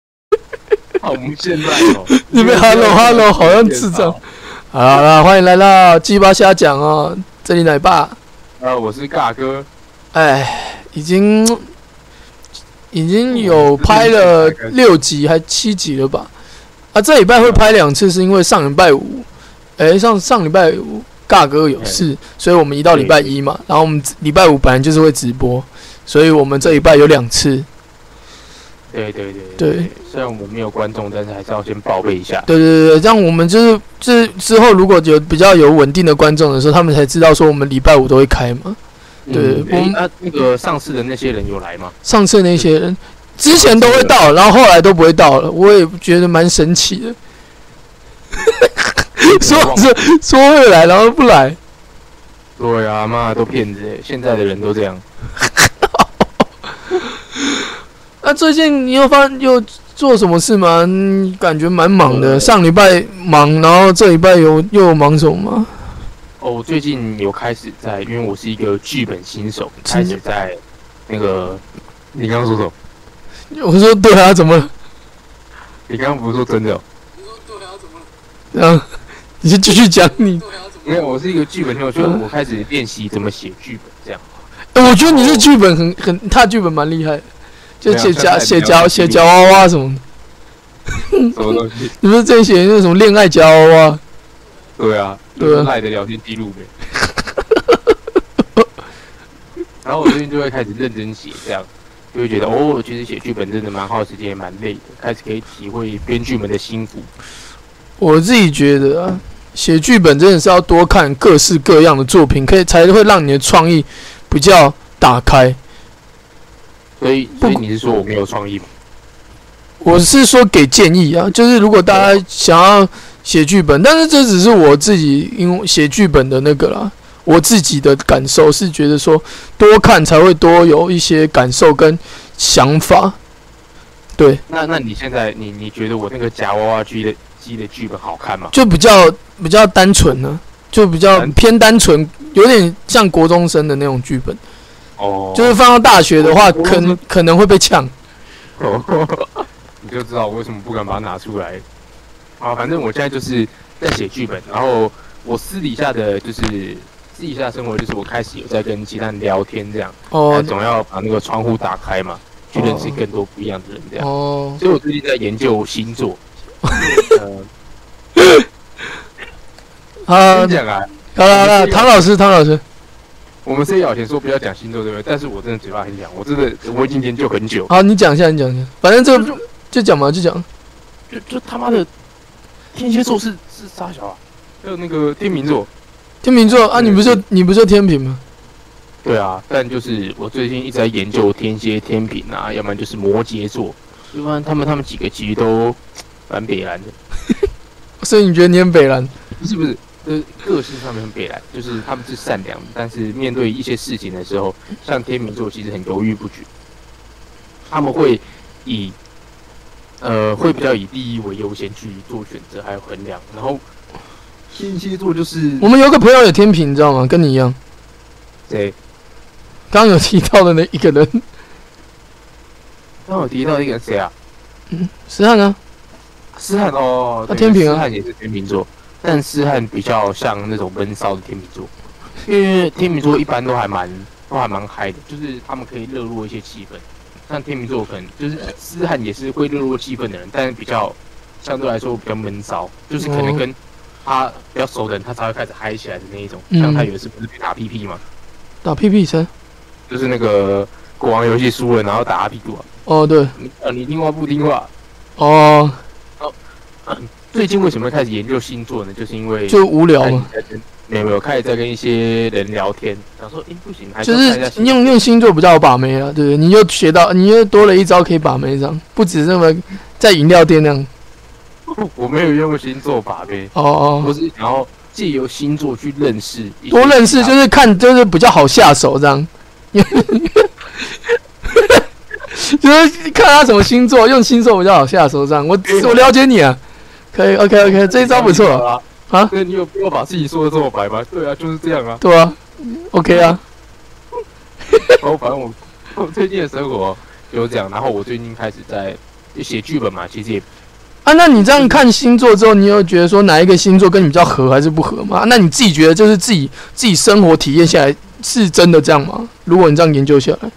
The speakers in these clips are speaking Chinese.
好无限乱哦。你们 hello hello 好像智障。好啦，欢迎来到鸡巴瞎讲哦，这里奶爸。呃，我是尬哥，哎，已经已经有拍了六集还七集了吧？啊，这礼拜会拍两次，是因为上礼拜五，哎、上上礼拜五尬哥有事，所以我们移到礼拜一嘛。然后我们礼拜五本来就是会直播，所以我们这礼拜有两次。对对对对，虽然我们没有观众，但是还是要先报备一下。对对对对，这样我们就是就是之后如果有比较有稳定的观众的时候，他们才知道说我们礼拜五都会开嘛。对嗯我诶们那那个上次的那些人有来 吗？上次那些人之前都会到，然后后来都不会到了，我也觉得蛮神奇的。 说忘了说说会来，然后不来，对啊，妈都骗子，现在的人都这样。那最近你又发又做什么事吗？嗯感觉蛮忙的，呃上礼拜忙，然后这礼拜有又有忙什么吗？哦，我最近有开始在，因为我是一个剧本新手，开始在那个。你刚刚说什么？我说对啊，怎么了？你刚刚不是说真的哦？嗯，你就继续讲你。没有，我是一个剧本新手，就是我开始练习怎么写剧本这样。欸我觉得你哦这剧本很很，他剧本蛮厉害的，就没有写像夹啊他写比较夹有写趣夹娃娃什么的。什么东西？你不是在写那种恋爱夹娃娃？对啊，对啊就是赖的聊天记录呗。 然后我最近就会开始认真写，这样就会觉得哦，其实写剧本真的蛮耗时间，也蛮累的，开始可以体会编剧们的辛苦。我自己觉得啊，写剧本真的是要多看各式各样的作品，可以才会让你的创意比较打开。所以，所以你是说我没有创意吗？我是说给建议啊，就是如果大家想要写剧本，但是这只是我自己因为写剧本的那个啦，我自己的感受是觉得说多看才会多有一些感受跟想法。对，那那你现在你你觉得我那个夹娃娃机的机的剧本好看吗？就比较比较单纯呢、就比较单偏单纯，有点像国中生的那种剧本。哦，就是放到大学的话，我我可能可能会被呛。 你就知道我为什么不敢把它拿出来。啊，反正我现在就是在写剧本，然后我私底下的就是私底下生活，就是我开始有在跟其他人聊天这样，哦但总要把那个窗户打开嘛，去认识更多不一样的人这样。哦，所以我最近在研究星 座。呃，啊先，讲啊，好了好了，唐老师，唐老师，我们虽然以前说不要讲星座对不对？但是我真的嘴巴很痒，我真的我已经研究很久，好，你讲一下，你讲一下，反正这个就讲嘛，就讲。就就他妈的天蝎座是是啥小啊？还有那个天秤座，天秤座啊，对你不就你不就天平吗？对啊，但就是我最近一直在研究天蝎、天平啊，要不然就是摩羯座，就发现他们他们几个其实都蛮北蓝的，所以你觉得你很北蓝？不是不是，就是个性上面很北蓝，就是他们是善良的，但是面对一些事情的时候，像天秤座其实很犹豫不决，他们会以呃会比较以利益为优先去做选择还有衡量，然后天蝎座就是我们有个朋友有天平，你知道吗？跟你一样，谁？刚刚有提到的那一个人， 刚好提到一个谁啊？石汉啊，思翰哦，啊对天秤啊思翰也是天秤座，但思翰比较像那种闷骚的天秤座，因为天秤座一般都还蛮都还蛮嗨的，就是他们可以热络一些气氛。像天秤座可能就是思翰也是会热络气氛的人，但是比较相对来说比较闷骚，就是可能哦跟他比较熟的人，他才会开始嗨起来的那一种。嗯像他有一次不是被打屁屁嘛，打屁屁谁？就是那个国王游戏输了，然后打他屁股啊，哦对，你呃你听话不听话？哦，最近为什么会开始研究星座呢？就是因为就无聊开始嘛，在跟没有没有，开始在跟一些人聊天，想说，哎、哎不行，还就要看一下是星座用用星座比较好把妹啊，对不对？你又学到，你又多了一招可以把妹这样，不止那么在饮料店那样。我没有用过星座法呗，哦哦，我是想要借由星座去认识一些多认识其就他是看，就是比较好下手这样。 就是看他什么星座，用星座比较好下手这样。我我了解你啊，可以，OK 嗯 OK，这一招不错，啊啊。对你有必要把自己说的这么白吗？对啊，就是这样 啊对啊，OK 啊，然后反正我我最近的生活就是这样，然后我最近开始在写剧本嘛，其实也啊，那你这样看星座之后，你有觉得说哪一个星座跟你比较合还是不合吗？啊那你自己觉得就是自己自己生活体验下来是真的这样吗？如果你这样研究下来，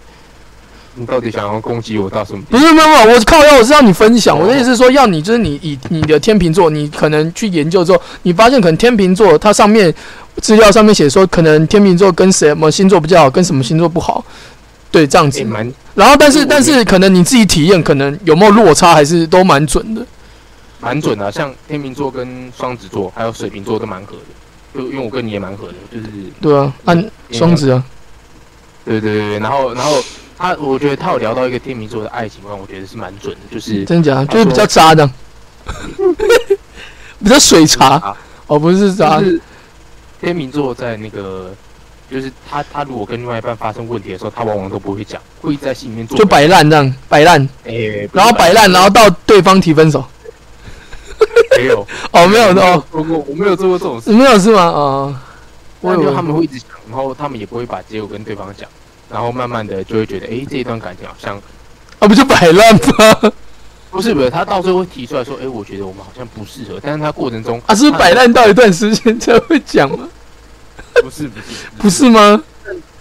你到底想要攻击我到什么地不步？是没有没有，我靠要我是要你分享，哦我的意思是说要你就是你以你的天秤座，你可能去研究之后，你发现可能天秤座它上面资料上面写说，可能天秤座跟什么星座比较好，跟什么星座不好，对，这样子也。哎蛮然后但是我但是可能你自己体验，可能有没有落差，还是都蛮准的。蛮准的啊、像天秤座跟双子座还有水瓶座都蛮合的，就因为我跟你也蛮合的，就是对啊，哎按、双子啊，对对对，然后然后他，我觉得他有聊到一个天秤座的爱情观，我觉得是蛮准的，就是真假？他就是比较渣的， 比较水茶啊，哦，不是渣就，是天秤座在那个，就是他他如果跟另外一半发生问题的时候，他往往都不会讲，会一直在心里面做就摆烂这样，摆烂，哎、然后摆烂，然后到对方提分手。没 有哦，没有的哦，我我我没有做过这种事，没有是吗？哦，我我以就为他们会一直想，然后他们也不会把结果跟对方讲，然后慢慢的就会觉得，哎、这一段感情好像啊，不就摆烂吗？不是不是，他到最后会提出来说，哎、我觉得我们好像不适合，但是他过程中啊，是不是摆烂到一段时间才会讲吗？不是不是不是吗？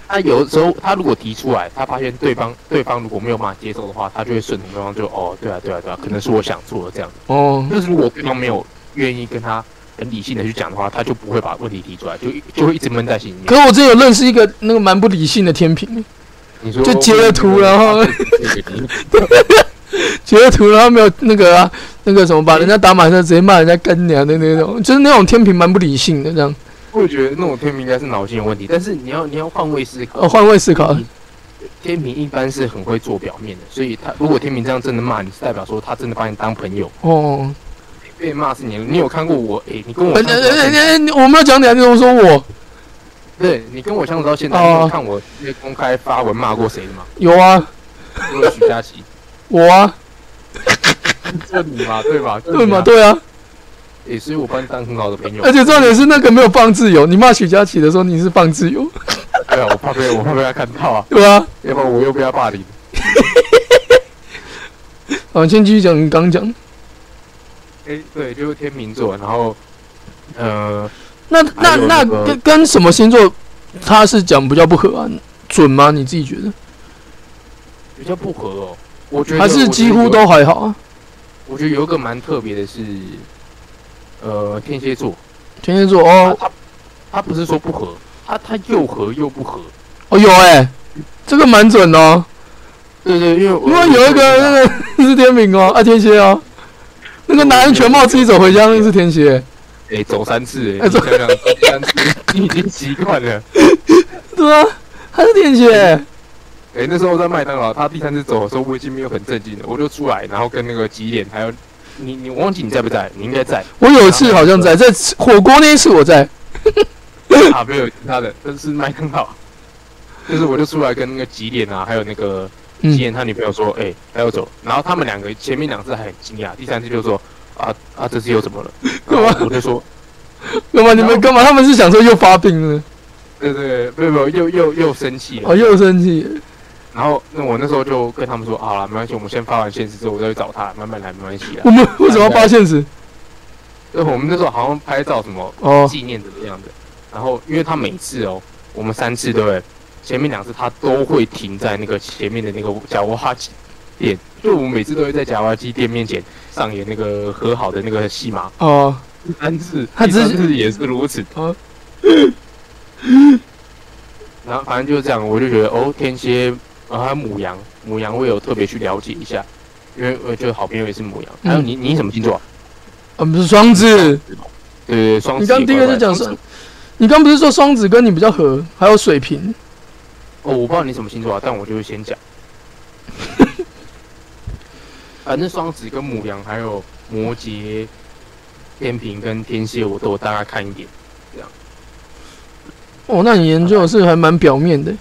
他有的时候，他如果提出来，他发现对方对方如果没有办法接受的话，他就会顺从对方就哦，对啊，对啊，对啊，可能是我想错了这样。哦，就是如果对方没有愿意跟他很理性的去讲的话，他就不会把问题提出来，就就会一直闷在心里可面。是我之前有认识一个那个蛮不理性的天平，你说就截了图然后截了图然后没有那个啊，那个什么把人家打马赛，直接骂人家干娘的那种，就是那种天平蛮不理性的这样。 我觉得那种天平应该是脑筋有问题，但是你要你要换位思考。哦，换位思考，天平一般是很会做表面的，所以他如果天平这样真的骂你，是代表说他真的把你当朋友。哦，被骂是你，你有看过我？诶、你跟我哎相处到哎现在哎哎，我没有讲你啊，你怎么说我？对你跟我相处到现在，哦你有看我直接公开发文骂过谁的吗？有啊，除了许佳琪， 我啊，就你嘛，对吧？就你对嘛，。对啊，也、所以我把你当很好的朋友。而且重点是那个没有放自由，你骂许佳琪的时候你是放自由，对啊，我怕被我 怕被他看到啊，对吧？要不然我又被他霸凌。好，先继续讲你刚讲。哎、对，就是天秤座，然后呃，那那还有那那个跟跟什么星座他是讲比较不合啊？准吗？你自己觉得？比较不合哦。我觉得还是几我乎。觉得有都还好啊？我觉得有一个蛮特别的是，呃，天蝎座，天蝎座他哦他他不是说不合，他他又合又不合。哦有哎、这个蛮准哦。对对，因为我因为有一个那个是天平哦，啊天蝎哦，那个拿安全帽自己走回家那个是天蝎，哎、走三次、哎哎，走走想想走三次， 你已经习惯了。对啊，他是天蝎，哎、那时候在麦当劳，他第三次走的时候，我已经没有很震惊了，我就出来，然后跟那个吉脸还有你，你我忘记你在不在，你应该 在我有一次好像在在吃火锅那一次我在，啊，没有其他的，但是麦当劳，就是我就出来跟那个吉脸啊，还有那个吉嗯，脸他女朋友说，哎、他要走，然后他们两个前面两次还很惊讶，第三次就说啊啊，这次又怎么了？然后我就说，干嘛你们干嘛？他们是想说又发病了，对对对，没有没有，又又又生气了哦，又生气，然后那我那时候就跟他们说，好了，没关系，我们先发完现实之后，我再去找他，慢慢来，没关系的 我。们为什么要发现实？对，我们那时候好像拍照什么哦纪念怎么样的，然后因为他每次哦，我们三次对不对？前面两次他都会停在那个前面的那个夹娃机店，就我们每次都会在夹娃机店面前上演那个和好的那个戏嘛。哦，第三次，他第只是三次也是如 此。哦然后反正就是这样，我就觉得哦，天蝎，然后还有母羊，母羊我有特别去了解一下，因为我觉得好朋友也是母羊。还有嗯你，你什么星座啊？我们是双子，对对，双子你也怪怪。刚第一个就讲双双子，你刚不是说双子跟你比较合，还有水瓶，哦，我不知道你什么星座啊，但我就会先讲。 反正双子跟母羊还有摩羯、天平跟天蝎，我都有大概看一点。哦，那你研究的是还蛮表面的，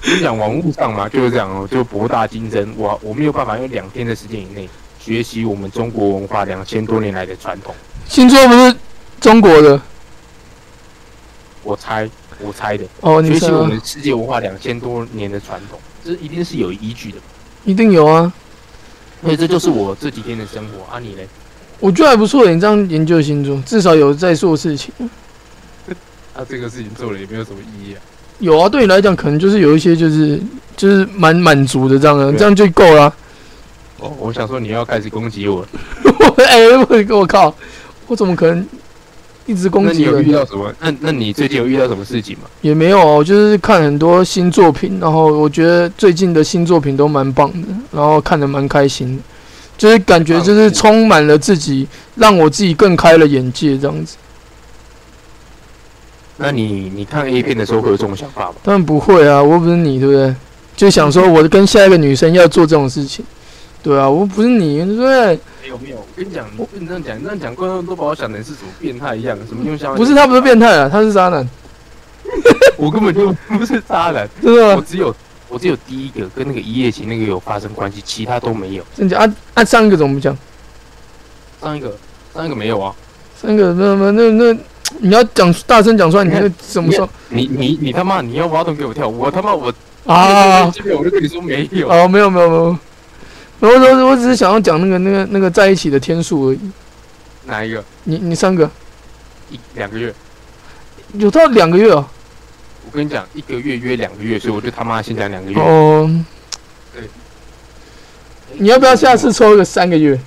跟你讲网络上嘛，就是这样哦，就博大精深。我我没有办法用两天的时间以内学习我们中国文化两千多年来的传统。星座不是中国的我猜，我猜的，哦，你学习猜我啊们世界文化两千多年的传统，这一定是有依据的。一定有啊。所以这就是我这几天的生活啊，你嘞？我觉得还不错，欸你这样研究星座，至少有在做事情。啊，这个事情做了也没有什么意义啊。有啊，对你来讲可能就是有一些就是就是蛮满足的这样的，啊对啊这样就够了。哦，我想说你要开始攻击我，我 哎、我我靠，我怎么可能一直攻那你击有人遇家？到什么？那那你最近有遇到什么事情吗？也没有啊，我就是看很多新作品，然后我觉得最近的新作品都蛮棒的，然后看得蛮开心的，就是感觉就是充满了自己，让我自己更开了眼界这样子。那你你看 A 片的时候会有这种想法吗？当然不会啊，我又不是你，对不对？就想说我跟下一个女生要做这种事情，对啊，我又不是你，对不对？没有没有，我跟你讲，你不能这样讲，你这样讲，观众都把我想成是什么变态一样，什么用想不是他不是，变态啊，他是渣男，我根本就不是渣男，真的我吗？只有我只有第一个跟那个一夜情那个有发生关系，其他都没有。真假？啊啊，上一个怎么不讲？上一个上一个没有啊，上一个那那那那，你要讲大声讲出来，你你看那怎么说你你你他妈你要挖洞给我跳，我他妈我啊？这边我就跟你说没有， 哦，没有没有没有，我我我只是想要讲那个那个那个在一起的天数而已。哪一个你你三个一两个月？有到两个月啊？我跟你讲，一个月约两个月，所以我就他妈先讲两个月。哦，对你要不要下次抽一个三个月？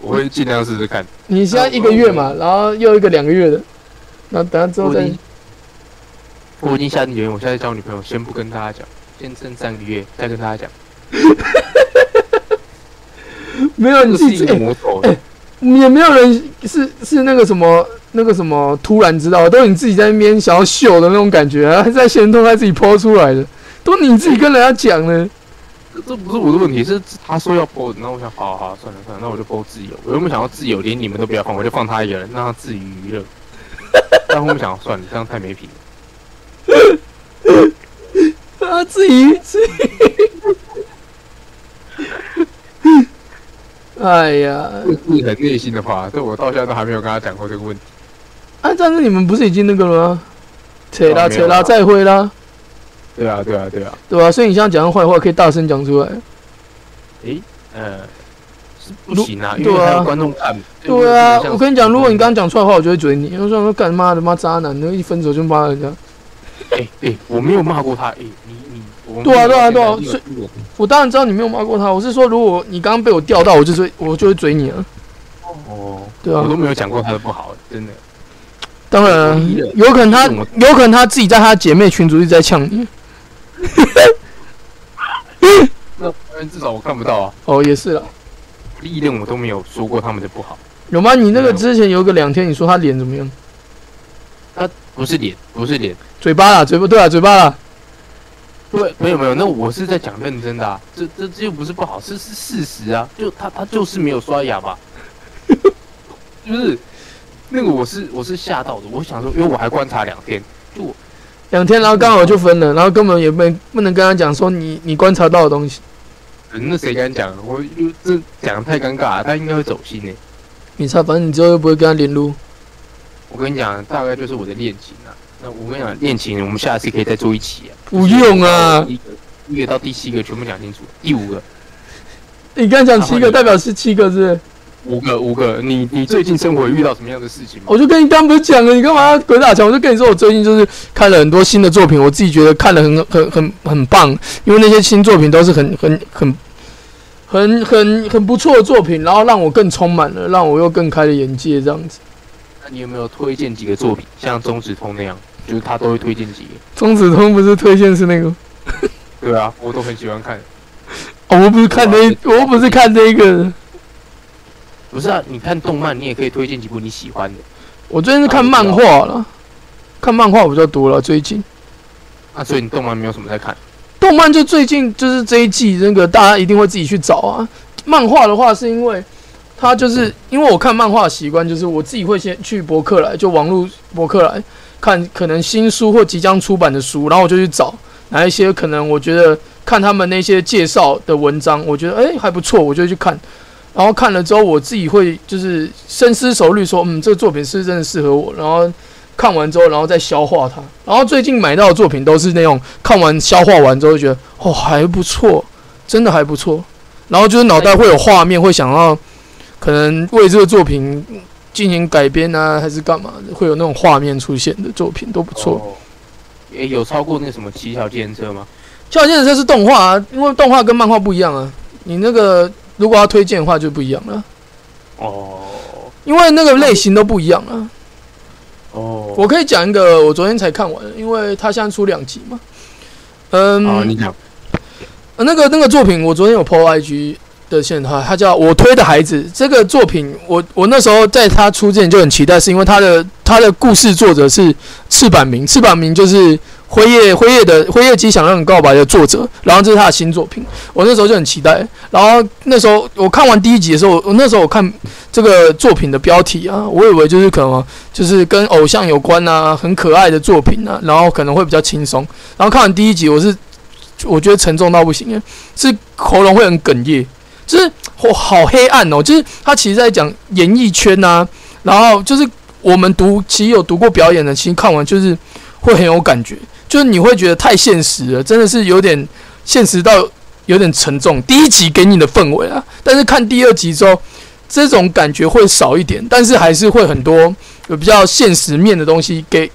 我会尽量试试看。你现在一个月嘛，然后又一个两个月的，然后等下之后啊我再已经我已经下定决心，我现在交女朋友，先不跟大家讲，先剩三个月再跟大家讲。没有这你个自是一己个哎魔头，也没有人是是那个什么那个什么突然知道，都是你自己在那边想要秀的那种感觉啊，还在行动他自己抛出来的，都你自己跟人家讲的。这这不是我的问题，是他说要播，然后我想，好好好，算了算了，那我就播自由。我原本想要自由，连你们都不要放，我就放他一个人，让他自娱娱 乐。但后面想，算了，这样太没品了。啊，至于至于，哎呀，这是很内心的话，这我到现在都还没有跟他讲过这个问题。啊，但是你们不是已经那个了吗？扯啦哦没有扯啦，啦再会啦，对啊，对啊，对啊。对吧、所以你现在讲的坏话可以大声讲出来。呃，是不行啊，因为对啊还有观众看。对啊，我跟你讲，如果你刚刚讲出来的话，我就会嘴你。我想说，干妈的妈渣男，那一分手就骂人家。哎哎，我没有骂过他，哎，你你，我对啊对啊对啊所所以以我当然知道你没有骂过他，我是说，如果你刚刚被我钓到，我就会我就会嘴你啊。哦，对啊我都没有讲过他的不好，真的。当然啊、我理解有可能他为什么有可能他自己在他姐妹群组一直在呛你。那当然至少我看不到啊，哦，也是啦，历任我都没有说过他们的不好，有吗？你那没有个之前有个两天，你说他脸怎么样？不是脸，不是脸。嘴巴啦，嘴巴对啊，嘴巴啦。对，没有没有，那我是在讲认真的、啊，这这这又不是不好，是是事实啊，就他他就是没有刷牙嘛，就是那个我是我是吓到的，我想说，因为我还观察两天，两天，然后刚好就分了，然后根本也没不能跟他讲说你你观察到的东西，嗯那谁敢讲？我就这讲得太尴尬了，他应该会走心欸呢、你猜，反正你之后又不会跟他联络。我跟你讲，大概就是我的恋情啊。那我跟你讲，恋情我们下次可以再做一期啊。不用啊，一个一个到第七个全部讲清楚，第五个你刚讲七啊好个，你代表是七个是不是？五个五个，你你最近生活遇到什么样的事情吗？我就跟你刚不是讲了，你干嘛要鬼打墙？我就跟你说，我最近就是看了很多新的作品，我自己觉得看了很很很很棒，因为那些新作品都是很很很很很很不错的作品，然后让我更充满了，让我又更开了眼界，这样子。那你有没有推荐几个作品，像中指通那样，就是他都会推荐几个？钟子通不是推荐是那个？对啊，我都很喜欢看。哦，我不是看那一，我不是看那个的，不是啊，你看动漫，你也可以推荐几部你喜欢的。我最近是看漫画了，看漫画比较多了，最近。啊，所以你动漫没有什么在看。动漫就最近就是这一季，那个大家一定会自己去找啊。漫画的话，是因为它就是因为我看漫画的习惯，就是我自己会先去博客来，就网络博客来看可能新书或即将出版的书，然后我就去找哪一些可能我觉得看他们那些介绍的文章，我觉得诶还不错，我就去看。然后看了之后，我自己会就是深思熟虑说，嗯，这个作品是不是真的适合我，然后看完之后，然后再消化它。然后最近买到的作品都是那种看完消化完之后就觉得哦还不错，真的还不错。然后就是脑袋会有画面，会想要可能为这个作品进行改编啊，还是干嘛的，会有那种画面出现的作品都不错。哦。也有超过那什么七条电车吗？ 《仙人车》是动画啊，因为动画跟漫画不一样啊。你那个如果要推荐的话就不一样了，哦因为那个类型都不一样啊。哦，我可以讲一个，我昨天才看完，因为它现在出两集嘛。嗯，哦，你讲呃那个那个作品，我昨天有 PO IG 的线它它叫我推的孩子。这个作品，我我那时候在它出之前就很期待，是因为它的它的故事作者是赤坂明，赤坂明就是《辉夜辉夜的辉夜姬想让你告白》的作者，然后这是他的新作品，我那时候就很期待。然后那时候我看完第一集的时候，我我那时候我看这个作品的标题啊，我以为就是可能就是跟偶像有关啊，很可爱的作品啊，然后可能会比较轻松。然后看完第一集，我是我觉得沉重到不行，是喉咙会很哽咽，就是我好黑暗哦。就是他其实在讲演艺圈呐、然后就是我们读其实有读过表演的，其实看完就是会很有感觉，就是你会觉得太现实了，真的是有点现实到有点沉重。第一集给你的氛围啊，但是看第二集之后，这种感觉会少一点，但是还是会很多有比较现实面的东西给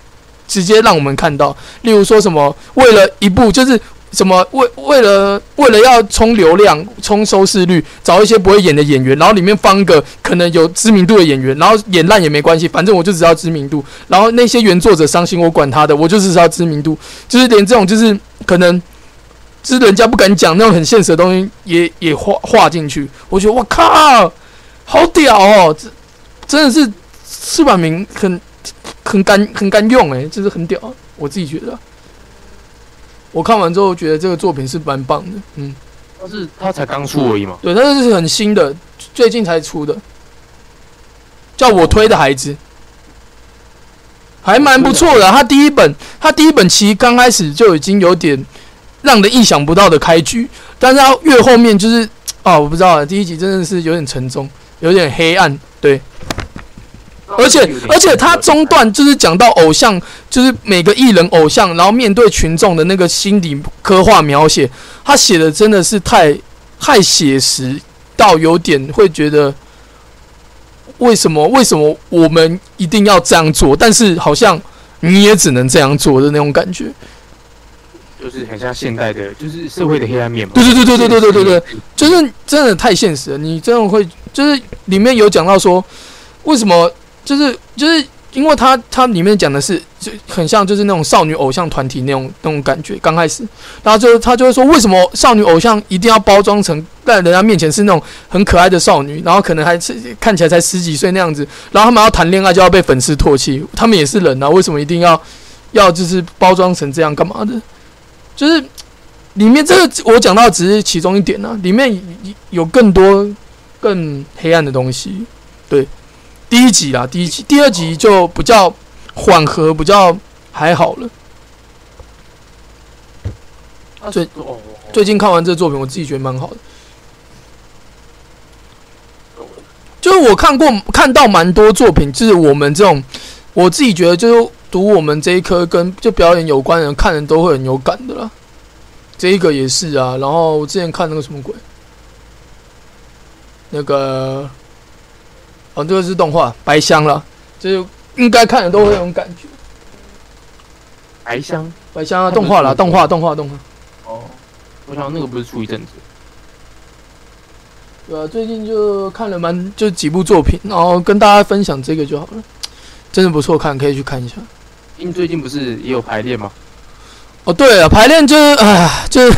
直接让我们看到，例如说什么为了一部就是什么为为了为了要冲流量、冲收视率，找一些不会演的演员，然后里面放一个可能有知名度的演员，然后演烂也没关系，反正我就只要知名度。然后那些原作者伤心，我管他的，我就只要知名度。就是连这种就是可能。就是人家不敢讲那种很现实的东西也，也画画进去。我觉得我靠，好屌哦！这真的是翅膀明很很干很干用诶、就是很屌，我自己觉得啊。我看完之后觉得这个作品是蛮棒的，嗯，他是他才刚出而已嘛。对，它是很新的，最近才出的，叫我推的孩子，还蛮不错的啊。他第一本，他第一本其实刚开始就已经有点让人意想不到的开局，但是他越后面就是啊，我不知道啊，第一集真的是有点沉重，有点黑暗，对。而且而且他中段就是讲到偶像，就是每个艺人偶像，然后面对群众的那个心理刻画描写，他写的真的是太太写实到有点会觉得，为什么为什么我们一定要这样做？但是好像你也只能这样做的那种感觉。就是很像现代的，就是社会的黑暗面嘛。对对对对对对对对对，就是真的太现实了，你真的会就是里面有讲到说，为什么就是就是因为他他里面讲的是就很像就是那种少女偶像团体那种那种感觉，刚开始，然后就他就会说为什么少女偶像一定要包装成在人家面前是那种很可爱的少女，然后可能还是看起来才十几岁那样子，然后他们要谈恋爱就要被粉丝唾弃，他们也是人啊，为什么一定要要就是包装成这样干嘛的？就是里面这个我讲到只是其中一点呢、啊里面有更多更黑暗的东西。对，第一集啦，第一集，第二集就比较缓和，比较还好了。他最哦，最近看完这作品，我自己觉得蛮好的。就是我看过看到蛮多作品，就是我们这种，我自己觉得就是读我们这一科跟就表演有关的人，看人都会很有感的啦。这一个也是啊，然后我之前看那个什么鬼，那个，哦，这个是动画白香啦，就是应该看的都会有感觉。白香白香啊，动画啦，动画，动画，动画。哦，我想那个不是出一阵子，对啊，最近就看了蛮就几部作品，然后跟大家分享这个就好了，真的不错看，可以去看一下。因为最近不是也有排练吗？哦，对了，排练就是哎，就是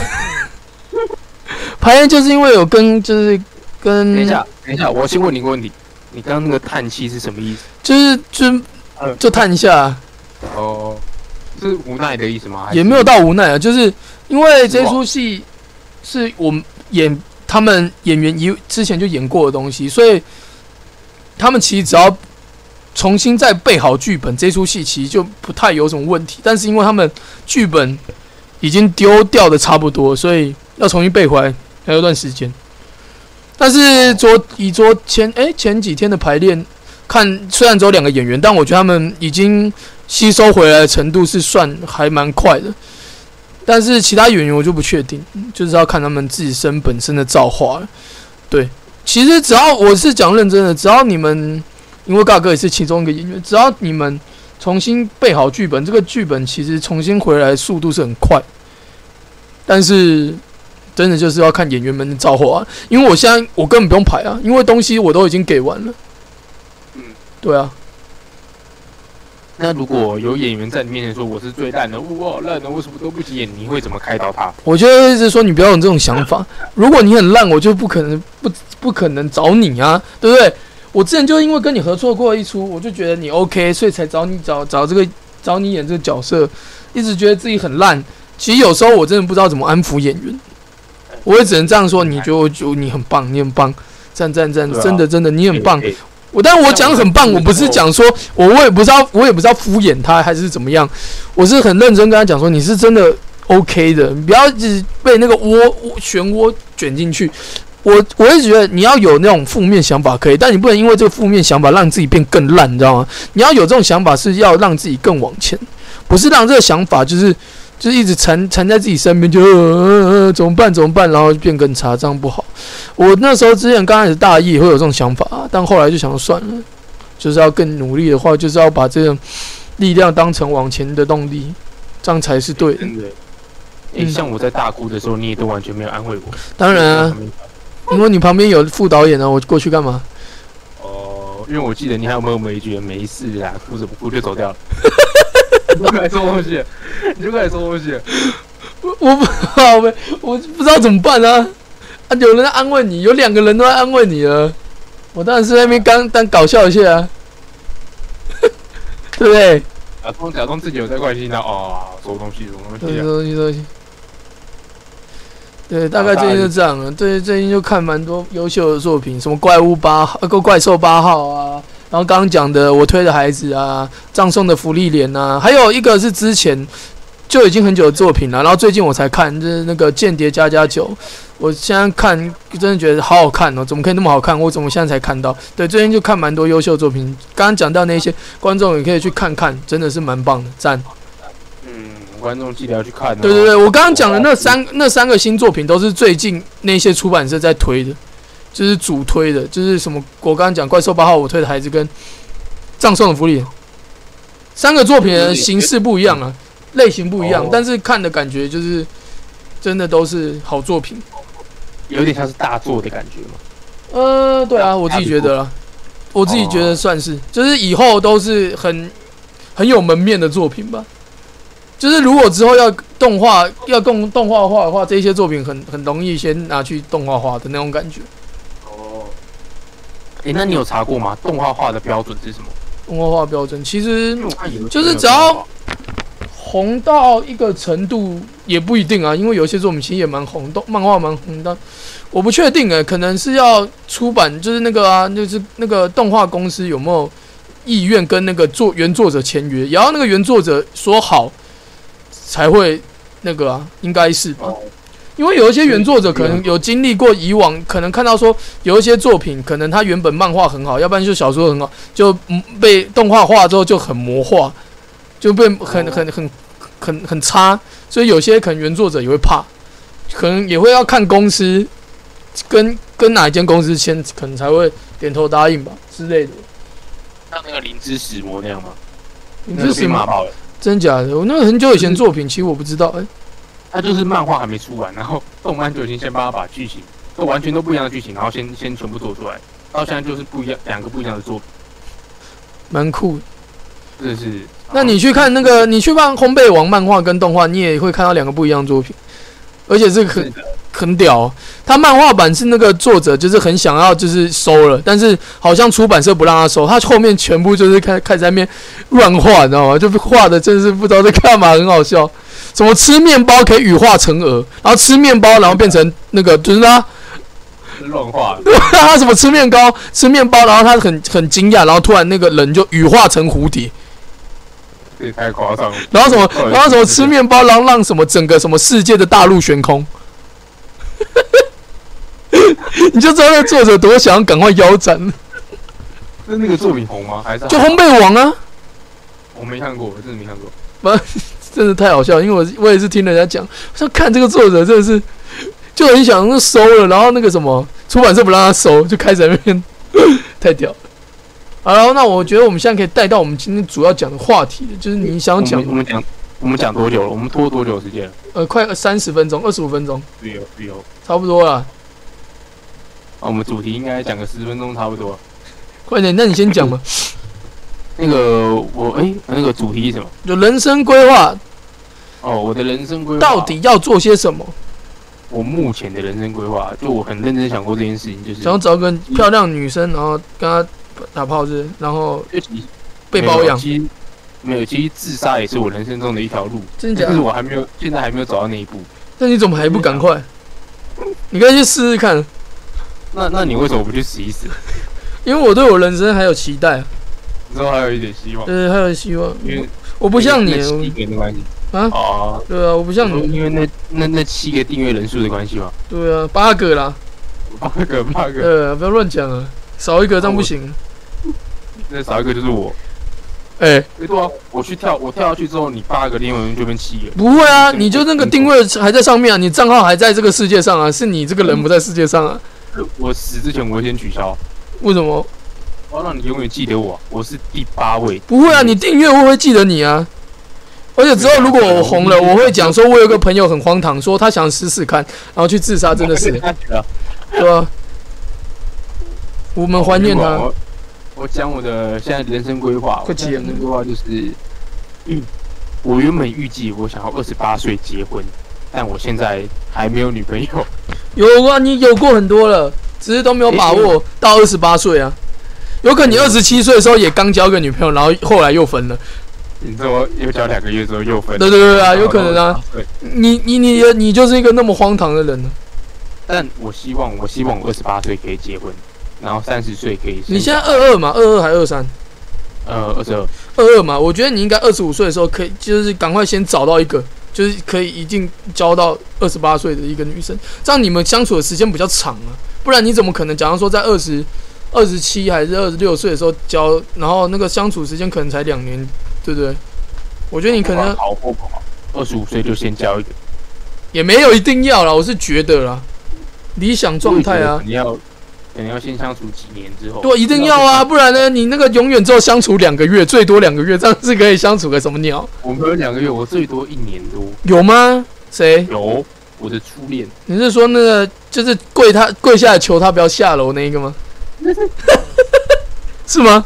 排练就是因为有跟就是跟等一下，等一下，我先问你一个问题，你刚刚那个叹气是什么意思？就是就嗯就探一下，哦，是无奈的意思吗？还是也没有到无奈啊，就是因为这出戏是我们演他们演员一之前就演过的东西，所以他们其实只要重新再背好剧本，这出戏其实就不太有什么问题。但是因为他们剧本已经丢掉的差不多，所以要重新背回来还有一段时间。但是昨以昨前哎、前几天的排练看，虽然只有两个演员，但我觉得他们已经吸收回来的程度是算还蛮快的。但是其他演员我就不确定，就是要看他们自身本身的造化了。对，其实只要我是讲认真的，只要你们，因为尬哥也是其中一个演员，只要你们重新背好剧本，这个剧本其实重新回来速度是很快。但是真的就是要看演员们的造化、啊，因为我现在我根本不用排啊，因为东西我都已经给完了。嗯，对啊，那如果有演员在你面前说我是最烂的，我好烂的，为什么都不起眼？你会怎么开导他？我就一直说你不要有这种想法。如果你很烂，我就不可能不不可能找你啊，对不对？我之前就因为跟你合作过一出，我就觉得你 OK，所以才找你找找这个找你演这个角色，一直觉得自己很烂。其实有时候我真的不知道怎么安抚演员，我也只能这样说。你觉得我就你很棒，你很棒，赞赞赞，对啊真的真的你很棒欸。欸我但我讲很棒，我不是讲说我我也不知道我也不知道敷衍他还是怎么样，我是很认真跟他讲说你是真的 OK 的，你不要一直被那个窝窝漩涡卷进去。我我是觉得你要有那种负面想法可以，但你不能因为这个负面想法让自己变更烂，你知道吗？你要有这种想法是要让自己更往前，不是让这个想法就是就是一直缠缠在自己身边，就、呃呃呃、怎么办怎么办，然后就变更差，这样不好。我那时候之前刚开始大一也会有这种想法、啊，但后来就想算了，就是要更努力的话，就是要把这种力量当成往前的动力，这样才是对的。真的。哎，嗯像我在大哭的时候，你也都完全没有安慰我。当然啊，因为你旁边有副导演啊，我过去干嘛？哦，因为我记得你还有没有没一句没事啦，哭着不哭就走 掉了。你就过来说东西，你就过来说东西。我我不 啊我我不知道怎么办啊！啊，有人在安慰你，有两个人都在安慰你了，我当然是在那边刚当搞笑一下啊， 对不对？假装假装自己有在关心他哦，什么东西什么东对，西啊、东西东西。对，大概最近就这样了。对，最近就看蛮多优秀的作品，什么怪物八号、呃怪怪兽八号啊，然后刚刚讲的我推的孩子啊，葬送的福利莲啊，还有一个是之前就已经很久的作品了，然后最近我才看，就是那个《间谍加加九》，我现在看真的觉得好好看哦，怎么可以那么好看？我怎么现在才看到？对，最近就看蛮多优秀的作品，刚刚讲到那些观众也可以去看看，真的是蛮棒的，赞。嗯，观众记得要去看、哦。哦对对对，我刚刚讲的那三那三个新作品都是最近那些出版社在推的，就是主推的，就是什么我刚刚讲《怪兽八号》我推的孩子跟《葬送的福利》三个作品的形式不一样啊，类型不一样哦，但是看的感觉就是真的都是好作品。有点像是大作的感觉嘛。呃，对啊，我自己觉得啦，我自己觉得算是，就是以后都是很很有门面的作品吧。就是如果之后要动画要动动画化的话，这些作品很很容易先拿去动画化的那种感觉。哦。哎、那你有查过吗？动画化的标准是什么？动画化标准其实因为我看有的就是只要红到一个程度也不一定啊，因为有些作品其实也蛮红，动漫画蛮红的，我不确定诶、可能是要出版，就是那个啊，就是那个动画公司有没有意愿跟那个作原作者签约，也要那个原作者说好才会那个啊，应该是吧？哦因为有一些原作者可能有经历过以往，可能看到说有一些作品，可能他原本漫画很好，要不然就小说很好，就嗯被动画化之后就很魔化，就被很很很很很差，所以有些可能原作者也会怕，可能也会要看公司跟跟哪一间公司签，可能才会点头答应吧之类的。像那个灵芝使魔那样吗？你这是什马么？爆了。真假的？我那个很久以前作品，其实我不知道。哎、他就是漫画还没出完，然后动漫就已经先帮他把剧情都完全都不一样的剧情，然后先先全部做出来，到现在就是不一样两个不一样的作品，蛮酷的。真的是。那你去看那个，你去看《烘焙王》漫画跟动画，你也会看到两个不一样的作品，而且这个很是很屌、哦。他漫画版是那个作者就是很想要就是收了，但是好像出版社不让他收，他后面全部就是开开始在那边乱画，你知道吗？就画的真是不知道在干嘛，很好笑。什么吃面包可以羽化成蛾，然后吃面包然后变成那个就是他 乱画，他什么吃面糕、吃面包，然后他很很惊讶，然后突然那个人就羽化成蝴蝶。这也太夸张了。然后什不好么，意思然后什么吃，面包，然后让什么整个什么世界的大陆悬空， 你就知道那个作者多想要赶快腰斩了。那那个作品红吗？还是就烘焙王啊，红我没看过，我真的没看过。真的太好笑了，因为我我也是听人家讲，我说看这个作者真的是就很想那收了，然后那个什么出版社不让他收，就开始在那边 太屌了。好了，那我觉得我们现在可以带到我们今天主要讲的话题了，就是你我想讲们我们讲我们讲多久了？我们拖多久时间了？呃快三十分钟、二十五分钟，旅游旅游。差不多了。啊，我们主题应该讲个十分钟差不多。快点，那你先讲吧。那个我哎、那个主题是什么？就人生规划哦，我的人生规划到底要做些什么？我目前的人生规划，就我很认真想过这件事情，就是想要找个漂亮女生，然后跟她打炮是，然后就其实被没有包养，其实没有，其实自杀也是我人生中的一条路，真假哎但是？我还没有，现在还没有走到那一步。那你怎么还不赶快？你可以去试试看，那那你为什么不去死一死？ 因为我对我人生还有期待，啊你说还有一点希望，对，还有希望。因为我不像你那，七个的关系啊哦，对啊，我不像你说你，因为那那那七个订阅人数的关系吗？对啊，八个啦，八个八个，呃，不要乱讲啊，少一个这样不行。那少一个就是我。哎，哎，对啊，我去跳，我跳下去之后，你八个英文就变七个。不会啊，你就那个定位还在上面啊，你账号还在这个世界上啊，是你这个人不在世界上啊？我死之前我会先取消，为什么？我要让你永远记得我，我是第八位。不会啊，你订阅我会记得你啊。而且之后如果我红了，啊我会讲说，我有个朋友很荒唐，说他想试试看，然后去自杀，真的 是，下去了，对吧、我们怀念他，我。我讲我的现在人生规划，我快现在结人生规划就是，嗯，我原本预计我想要二十八岁结婚，但我现在还没有女朋友。有啊，你有过很多了，只是都没有把握到二十八岁啊。有可能你二十七岁的时候也刚交个女朋友，然后后来又分了。你说又交两个月之后又分，对对对啊，有可能啊。。对，你你你你就是一个那么荒唐的人啊呢。但我希望，我希望我二十八岁可以结婚，然后三十岁可以生小孩。你现在二二嘛，二二还二三，呃二十二，二二嘛，我觉得你应该二十五岁的时候可以，就是赶快先找到一个，就是可以一定交到二十八岁的一个女生，这样你们相处的时间比较长啊。不然你怎么可能，假如说在二十二十七还是二十六岁的时候交，然后那个相处时间可能才两年，对不对？我觉得你可不管能好或不好，二十五岁就先交一个也没有一定要啦，我是觉得啦，理想状态啊，你要可能要先相处几年之后。对，一定要啊，！不然呢，你那个永远只有相处两个月，最多两个月，这样是可以相处个什么鸟？我没有两个月，我最多一年多。有吗？谁？有我的初恋，你是说那个就是跪他跪下来求他不要下楼那一个 吗？是吗？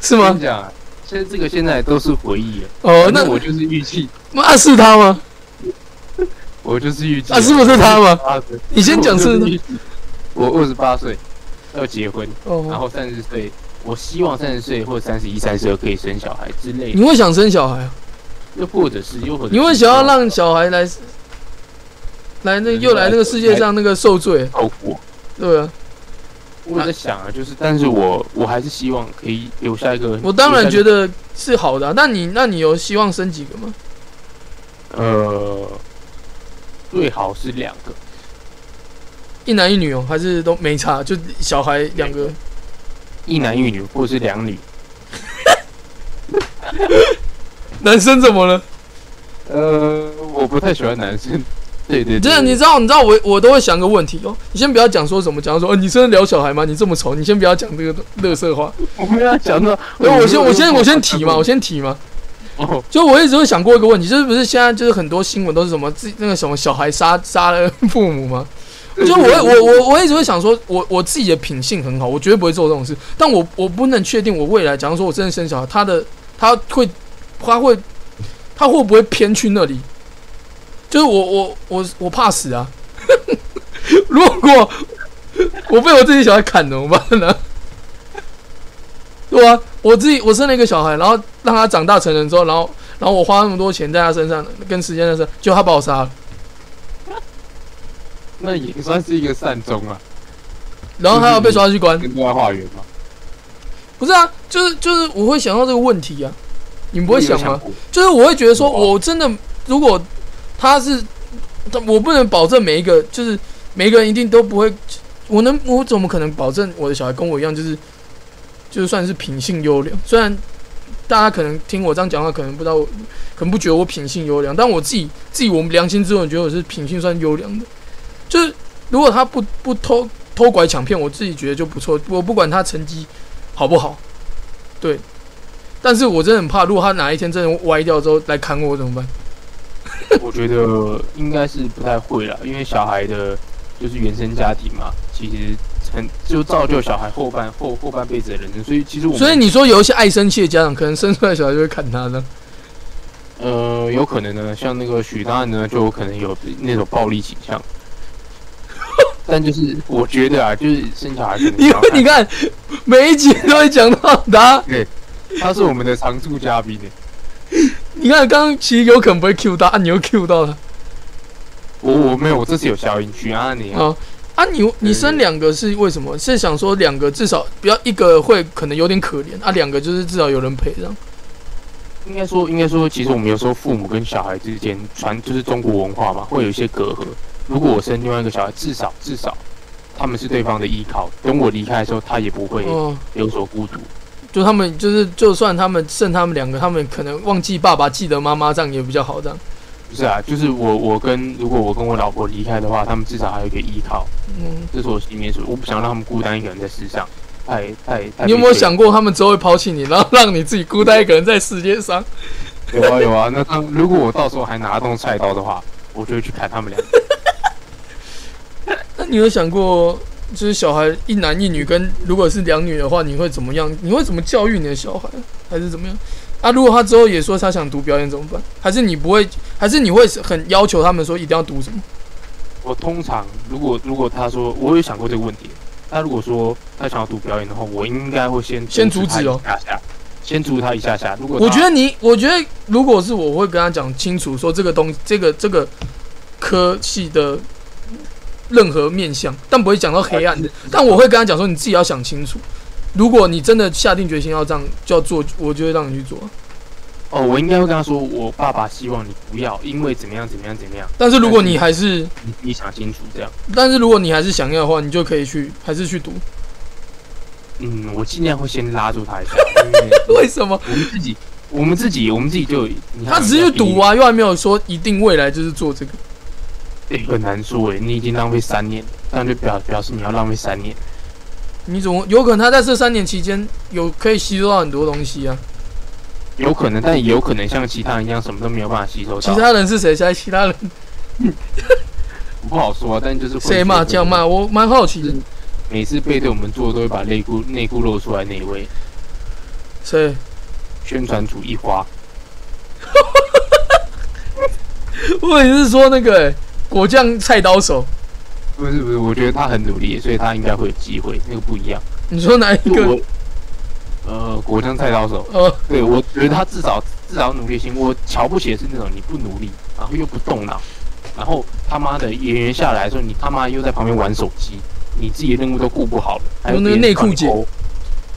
是我跟吗你？讲啊，现在这个现在都是回忆了。哦，那那我就是预计，那啊是他吗？我就是预计啊，是不是他吗？ 28岁你先讲 我是就预计我二十八岁要结婚，然哦，后三十岁，我希望三十岁或三十一、三十二可以生小孩之类的你，会想生小孩啊？又或者是又或者是你会想要让小孩来来那又来那个世界上那个受罪？透过对啊，我在想啊，就是，但是我我还是希望可以留下一个。我当然觉留下得是好的啊、那你那你有希望生几个吗？一个，呃，最好是两个，一男一女哦，还是都没差？就小孩两个，一男一女，或者是两女。男生怎么了？呃，我不太喜欢男生。对对对，真 的，你知道，你知道我我都会想个问题哦。你先不要讲说什么，讲说，呃，你真的聊小孩吗？你这么丑，你先不要讲这个乐色话。我们要讲到，那我先我先我先提嘛，我先提嘛。哦，就我一直会想过一个问题，就是不是现在就是很多新闻都是什么自那个什么小孩杀杀了父母吗？ 就我会我我我一直会想说，我我自己的品性很好，我绝对不会做这种事。但我我不能确定我未来，假如说我真的生小孩，他的他会他会他会不会偏去那里？就是我我我我怕死啊！ 如果我被我自己小孩砍怎么办呢？ 对啊，我自己我生了一个小孩，然后让他长大成人之后，然后然后我花那么多钱在他身上，跟时间在身上，就他把我杀了，那也算是一个善终啊，然后他要被抓去关。跟动画化缘嘛。不是啊，就是就是我会想到这个问题啊，你你不会想吗？？就是我会觉得说，我真的如果他是，他我不能保证每一个，就是每一个人一定都不会，我能我怎么可能保证我的小孩跟我一样，就是就是算是品性优良？虽然大家可能听我这样讲话，可能不知道我，可能不觉得我品性优良，但我自己自己我们良心之后，觉得我是品性算优良的。就是如果他不不偷偷拐抢骗，我自己觉得就不错。我不管他成绩好不好，对。但是我真的很怕，如果他哪一天真的歪掉之后来砍我怎么办？我觉得应该是不太会啦，因为小孩的，就是原生家庭嘛，其实很就造就小孩后半后后半辈子的人生。所以其实我们，所以你说有一些爱生气的家长，可能生出来小孩就会砍他呢？呃，有可能呢，像那个许大呢，就有可能有那种暴力倾向。 但就是我觉得啊，就是生小孩可能因要为你看每一集都会讲到他，他是我们的常驻嘉宾欸耶你看刚刚其实有可能不会 Q 他，啊、你又 Q 到他。我我没有，我这次有消音区啊，你啊啊啊！你你生两个是为什么？是想说两个至少不要一个会可能有点可怜啊，两个就是至少有人陪这样。应该说，应该说，其实我们有时候父母跟小孩之间传就是中国文化嘛，会有一些隔阂。如果我生另外一个小孩，至少至少他们是对方的依靠，等我离开的时候，他也不会哦，有所孤独。就他们就是就算他们剩他们两个，他们可能忘记爸爸记得妈妈，这样也比较好这样。不是啊，就是我我跟如果我跟我老婆离开的话，他们至少还有一个依靠，嗯，这是我心里面所，我不想让他们孤单一个人在世上，太太太。你有没有？想过他们之后会抛弃你，然后让你自己孤单一个人在世界上？有啊有啊，那当如果我到时候还拿动菜刀的话，我就会去砍他们两个。那你有想过，就是小孩一男一女跟如果是两女的话，你会怎么样？你会怎么教育你的小孩，还是怎么样？啊，如果他之后也说他想读表演怎么办？还是你不会？还是你会很要求他们说一定要读什么？我通常如果如果他说我有想过这个问题，他如果说他想要读表演的话，我应该会先先阻他止哦一下下，先阻止他一下下。如果我他觉得你，我觉得如果是我会跟他讲清楚，说这个东这个这个科系的任何面向，但不会讲到黑暗的。但我会跟他讲说，你自己要想清楚。如果你真的下定决心要这样就要做，我就会让你去做。哦，我应该会跟他说，我爸爸希望你不要，因为怎么样怎么样怎么样，但是如果你还是，你你想清楚这样。但是如果你还是想要的话，你就可以去，还是去读。嗯，我尽量会先拉住他一下，因为为什么？我们自己，我们自己，我们自己就有你看他只是去赌，啊，又还没有说一定未来就是做这个。哎很难说诶，你已经浪费三年，那就表表示你要浪费三年。你怎么有可能他在这三年期间有可以吸收到很多东西啊？有可能，但也有可能像其他人一样，什么都没有办法吸收到。其他人是谁？现在其他人不好说、啊，但就是会谁嘛？讲嘛？？我蛮好奇的。每次背对我们做，都会把内裤内裤露出来那一位，谁？宣传组一花，我也是说那个、欸、果酱菜刀手。不是不是，我觉得他很努力，所以他应该会有机会，那个不一样。你说哪一就个？我，呃，果酱菜刀手，呃，对我觉得他至少至少努力心，我瞧不起的是那种你不努力，然后又不动脑，然后他妈的演员下来的时候，你他妈又在旁边玩手机，你自己的任务都顾不好了，还有有那个别人内裤乱姐勾，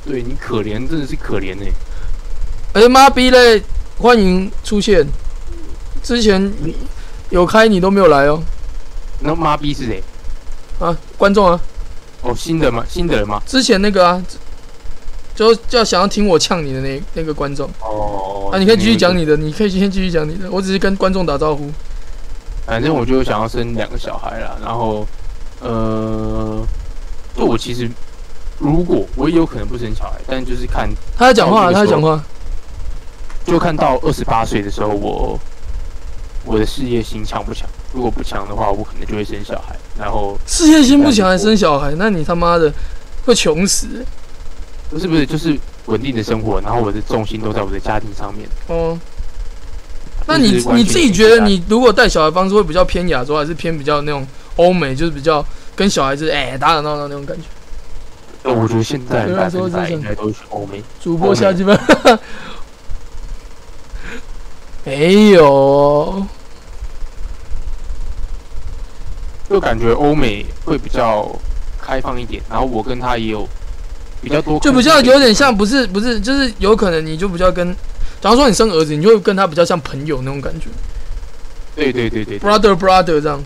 对你可怜真的是可怜哎、哎妈逼嘞！欢迎出现。之前有开你都没有来哦。那妈逼是谁？啊，观众啊，哦，新的吗？新的人吗？之前那个啊，就就想要听我呛你的那那个观众哦，啊，你可以继续讲你。你的，你可以先继续讲你的，我只是跟观众打招呼。反正我就想要生两个小孩啦，然后，呃，就我其实如果我也有可能不生小孩，但就是看他在讲话啊，哦这个他在讲话。就看到二十八岁的时候，我我的事业心强不强？如果不强的话，我可能就会生小孩。然后事业心不强还生小孩，那你他妈的会穷死欸、不是不是，就是稳定的生活，然后我的重心都在我的家庭上面。哦，那就你是完你全自己不觉得在你如果带小孩方式会比较偏亚洲，还是偏比较那种欧美，就是比较跟小孩子哎、打打闹闹那种感觉？呃我觉得现在对百啊说分之百这应该都是欧美。主播下基本 没有哦，就感觉欧美会比较开放一点，然后我跟他也有比较多，就比较有点像，不是不是，就是有可能你就比较跟，假如说你生儿子，你就会跟他比较像朋友那种感觉对对对对对， ，brother brother 这样。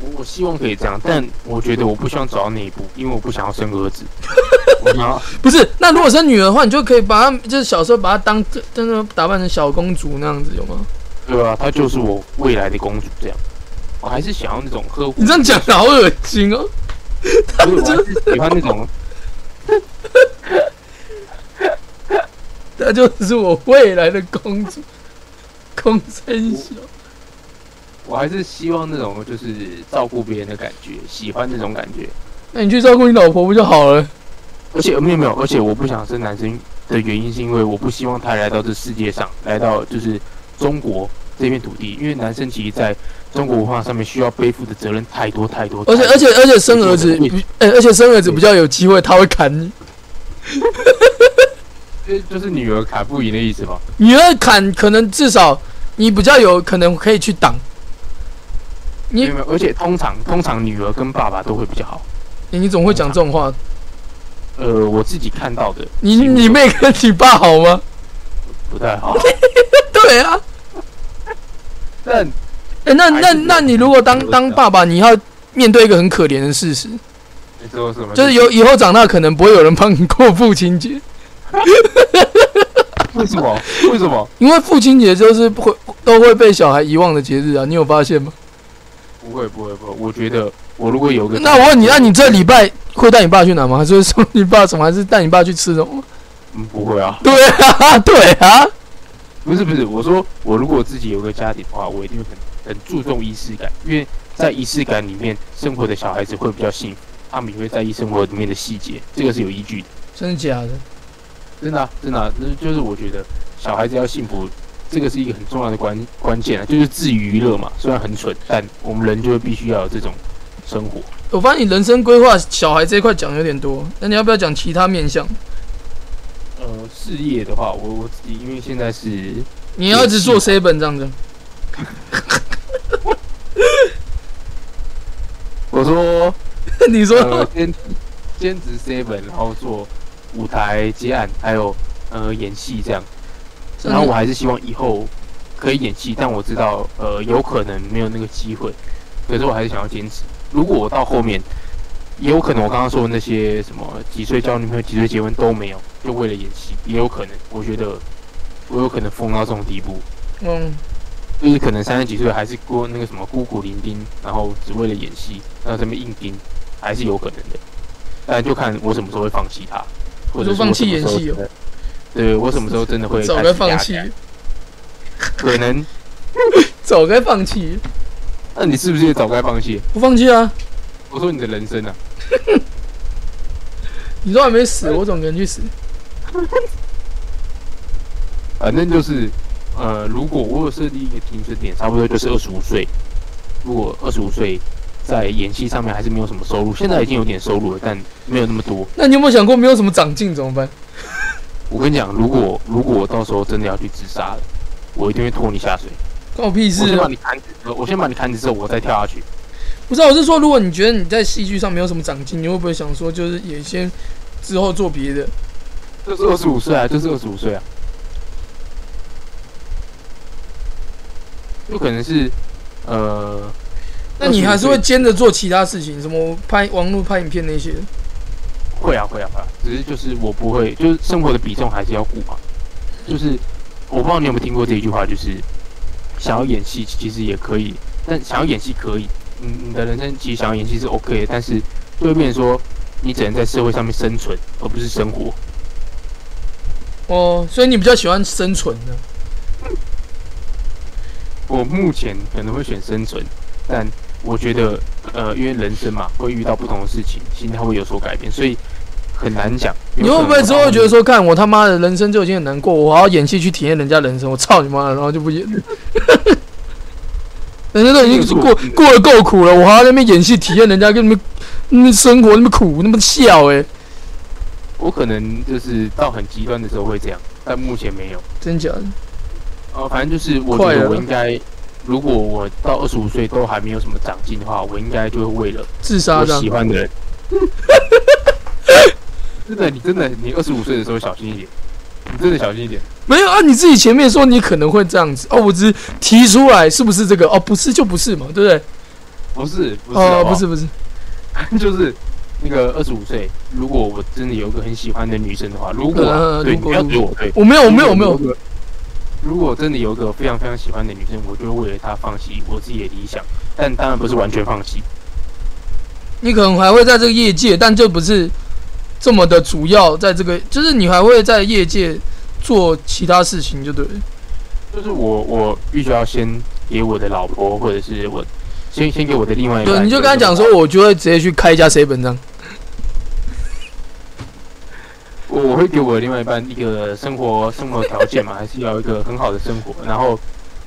我我希望可以这样，但我觉得我不希望走到那一步，因为我不想要生儿子，我然后不是，那如果生女儿的话，你就可以把她，就是小时候把她当真的打扮成小公主那样子，有吗？对啊，她就是我未来的公主这样。我还是想要那种呵护。你这样讲好恶心哦！不 是，我还是喜欢那种她就是我未来的公主，公生小。我还是希望那种就是照顾别人的感觉，喜欢那种感觉。那你去照顾你老婆不就好了？而且没有没有，而且我不想生男生的原因是因为我不希望他来到这世界上，来到就是中国这片土地，因为男生其实在中国文化上面需要背负的责任太多太多。而且太多而且而且生儿子你比，哎、而且生儿子比较有机会，他会砍你。就就是女儿砍不赢的意思嘛。女儿砍可能至少你比较有可能可以去挡。没你有没有，而且通常通常女儿跟爸爸都会比较好。你你总会讲这种话，呃，我自己看到的，你几乎你都妹跟你爸好吗？不太好。 对啊，但哎、那还那是不那你如果当还是不当知道爸爸，你要面对一个很可怜的事实，你说什么？就是有以后长大可能不会有人帮你过父亲节，为什么？为什么？因为父亲节就是会都会被小孩遗忘的节日啊，你有发现吗？不会不会不会，我觉得我如果有个那我问你，那你这礼拜会带你爸去哪吗？还是会送你爸什么？还是带你爸去吃什么？嗯不会啊， 对啊，对啊，不是不是，我说我如果自己有个家庭的话，我一定会很很注重仪式感，因为在仪式感里面生活的小孩子会比较幸福，他们也会在意生活里面的细节，这个是有依据的，真的假的？真的啊、真的啊、那就是我觉得小孩子要幸福，这个是一个很重要的关关键啊，就是自娱娱乐嘛，虽然很蠢，但我们人就会必须要有这种生活。我发现你人生规划小孩这一块讲有点多，那你要不要讲其他面向？呃，事业的话，我我自己因为现在是你要一直做 seven 这样子，我说 你呃 说兼兼职 seven，然后做舞台接案，还有呃演戏这样。然后我还是希望以后可以演戏，但我知道呃有可能没有那个机会，可是我还是想要坚持。如果我到后面，也有可能我刚刚说的那些什么几岁交女朋友、几岁结婚都没有，就为了演戏，也有可能。我觉得我有可能疯到这种地步，嗯，就是可能三十几岁还是过那个什么孤苦伶仃，然后只为了演戏，然后这么硬盯，还是有可能的。但就看我什么时候会放弃它，或者是你说放弃我什么时候演戏哦真的。对我什么时候真的会早开该始放压弃起来，可能早该放弃，那你是不是也早该放弃？不放弃啊！我说你的人生啊，你都还没死，我总能去死。反正就是，呃，如果我有设定一个停损点，差不多就是二十五岁。如果二十五岁在演戏上面还是没有什么收入，现在已经有点收入了，但没有那么多。那你有没有想过没有什么长进怎么办？我跟你讲，如果如果我到时候真的要去自杀了，我一定会拖你下水。关我屁我事先把啊！你砍死，呃我先把你砍死之后，我再跳下去。不是啊，我是说，如果你觉得你在戏剧上没有什么长进，你会不会想说，就是也先之后做别的？这是二十五岁啊，这是二十五岁啊，有可能是，呃，那你还是25岁会兼着做其他事情，什么拍网络拍影片那些？会啊会啊会啊，只是就是我不会，就是生活的比重还是要顾嘛。就是我不知道你有没有听过这一句话，就是想要演戏其实也可以，但想要演戏可以，你你的人生其实想要演戏是 OK 的，但是就会变成说你只能在社会上面生存，而不是生活。哦，所以你比较喜欢生存的。我目前可能会选生存，但我觉得呃，因为人生嘛会遇到不同的事情，心态会有所改变，所以很难讲。你会不会之后觉得说，看我他妈的人生就已经很难过，我还要演戏去体验人家人生，我操你妈的，然后就不演 了。人家都已经过过得够苦了，我还要在那边演戏体验人家跟你们嗯生活那么苦那么笑哎、我可能就是到很极端的时候会这样，但目前没有。真假的？呃，反正就是我觉快得了我应该，如果我到二十五岁都还没有什么长进的话，我应该就会为了自杀我这喜样？欢的 人。真的，你真的，你二十五岁的时候小心一点，你真的小心一点。没有啊，你自己前面说你可能会这样子哦，我只是提出来是不是这个？哦，不是就不是嘛，对不对？不是，不是，好哦、不不是不是， 是，就是那个二十五岁，如果我真的有一个很喜欢的女生的话，如果、啊呃对，如你不果要如怼我，对，我没有，我没有，我没有。。如果真的有一个非常非常喜欢的女生，我就会为了她放弃我自己的理想，但当然不是完全放弃。你可能还会在这个业界，但就不是这么的主要，在这个就是你还会在业界做其他事情，就对了。就是我我必须要先给我的老婆，或者是我先先给我的另外一半。对，你就跟他讲说，我就会直接去开一家 C 本章。我我会给我另外一半一个生活生活条件嘛， 还是要一个很好的生活，然后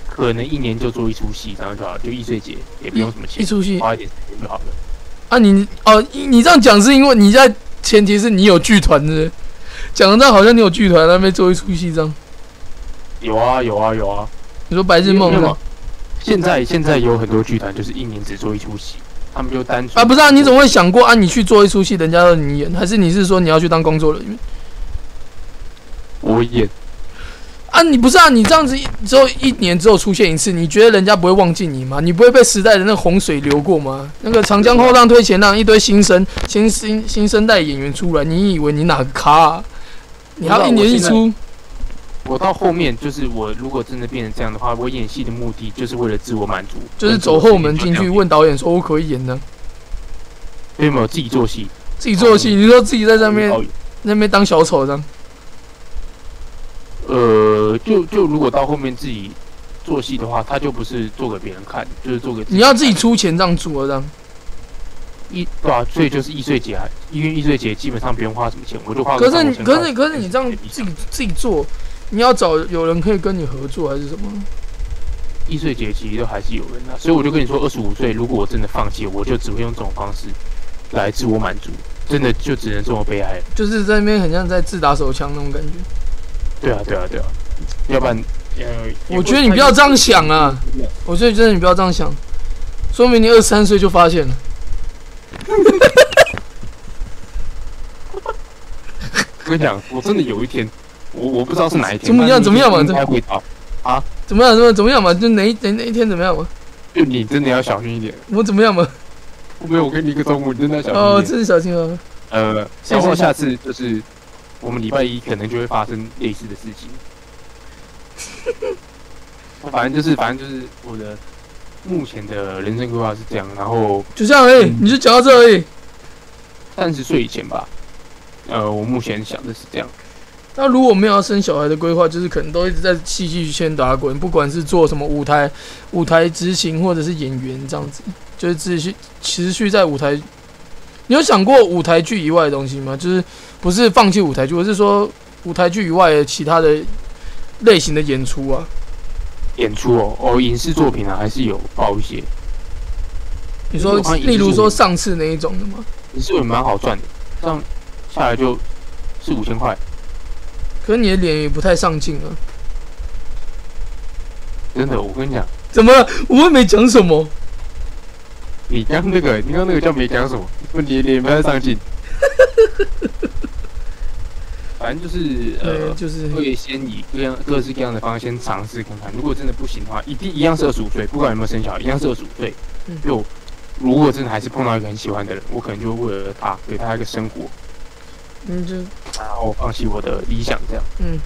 可能一年就做一出戏，然后就好，就易碎节也不用什么一钱，出戏花一点时间就好了。啊你，哦，你你这样讲是因为你在前提是你有剧团的，讲的这样好像你有剧团那边做一出戏这样。有啊有啊有啊，你说白日梦因为是嘛吧现在现在有很多剧团就是一年只做一出戏，他们就单纯啊，不是啊，你怎么会想过啊？你去做一出戏，人家让你演，还是你是说你要去当工作人员我演？啊？你不是啊？你这样子一只有一年只有出现一次，你觉得人家不会忘记你吗？你不会被时代的那个洪水流过吗？那个长江后浪推前浪，一堆新生新新新生代演员出来，你以为你哪个咖、啊？你还要一年一出，我到后面就是我如果真的变成这样的话，我演戏的目的就是为了自我满足，就是走后门进去问导演说：“我可以演的。”有没有自己做戏，自己做哦戏，你说自己在那边导演那边当小丑这样，呃，就就如果到后面自己做戏的话，他就不是做给别人看，就是做给你要自己看出钱这样做这样。一对啊，所以就是易碎节啊，因为易碎节基本上不用花什么钱，我就花个可是你300可是可是你这样看我自己自己做，你要找有人可以跟你合作还是什么？易碎节其实都还是有人的、啊所以我就跟你说，二十五岁如果我真的放弃，我就只会用这种方式来自我满足，真的就只能这么悲哀。就是在那边很像在自打手枪那种感觉。对啊，对啊，对啊，要不然呃，我觉得你不要这样想啊，我所以觉得你不要这样想，说明你二十三岁就发现了。我跟你讲，我真的有一天，我我不知道是哪一天，怎么样但是怎么样嘛应该会到，怎么样？怎么样怎么样嘛？就哪一哪哪一天怎么样嘛？就你真的要小心一点。我怎么样嘛？没有，我给你一个忠告，你真的要小心一点。哦，真是小心啊！呃，谢谢然后下次就是我们礼拜一可能就会发生类似的事情。反正就是，反正就是我的目前的人生规划是这样，然后就这样而已，嗯你就讲到这而已。三十岁以前吧，呃，我目前想的是这样。那如果没有要生小孩的规划，就是可能都一直在戏剧圈打滚，不管是做什么舞台、舞台执行或者是演员这样子，就是持续持续在舞台。你有想过舞台剧以外的东西吗？就是不是放弃舞台剧，我是说舞台剧以外的其他的类型的演出啊。演出哦，哦，影视作品啊，还是有报一些，你说我好像，也是例如说上次那一种的吗？影视作品蛮好赚的，这样下来就四五千块，可是你的脸也不太上镜啊。真嗯的，我跟你讲，怎么了？我又没讲什么。你刚那个，你刚那个叫没讲什么，问题你不要上 进。反正就是对，呃，就是会先以各样各式各样的方式先尝试看看，如果真的不行的话，一定一样是二十五岁，不管有没有生小孩，一样是二十五岁嗯。就如果真的还是碰到一个很喜欢的人，我可能就为了他给他一个生活，你就然后放弃我的理想，这样。嗯，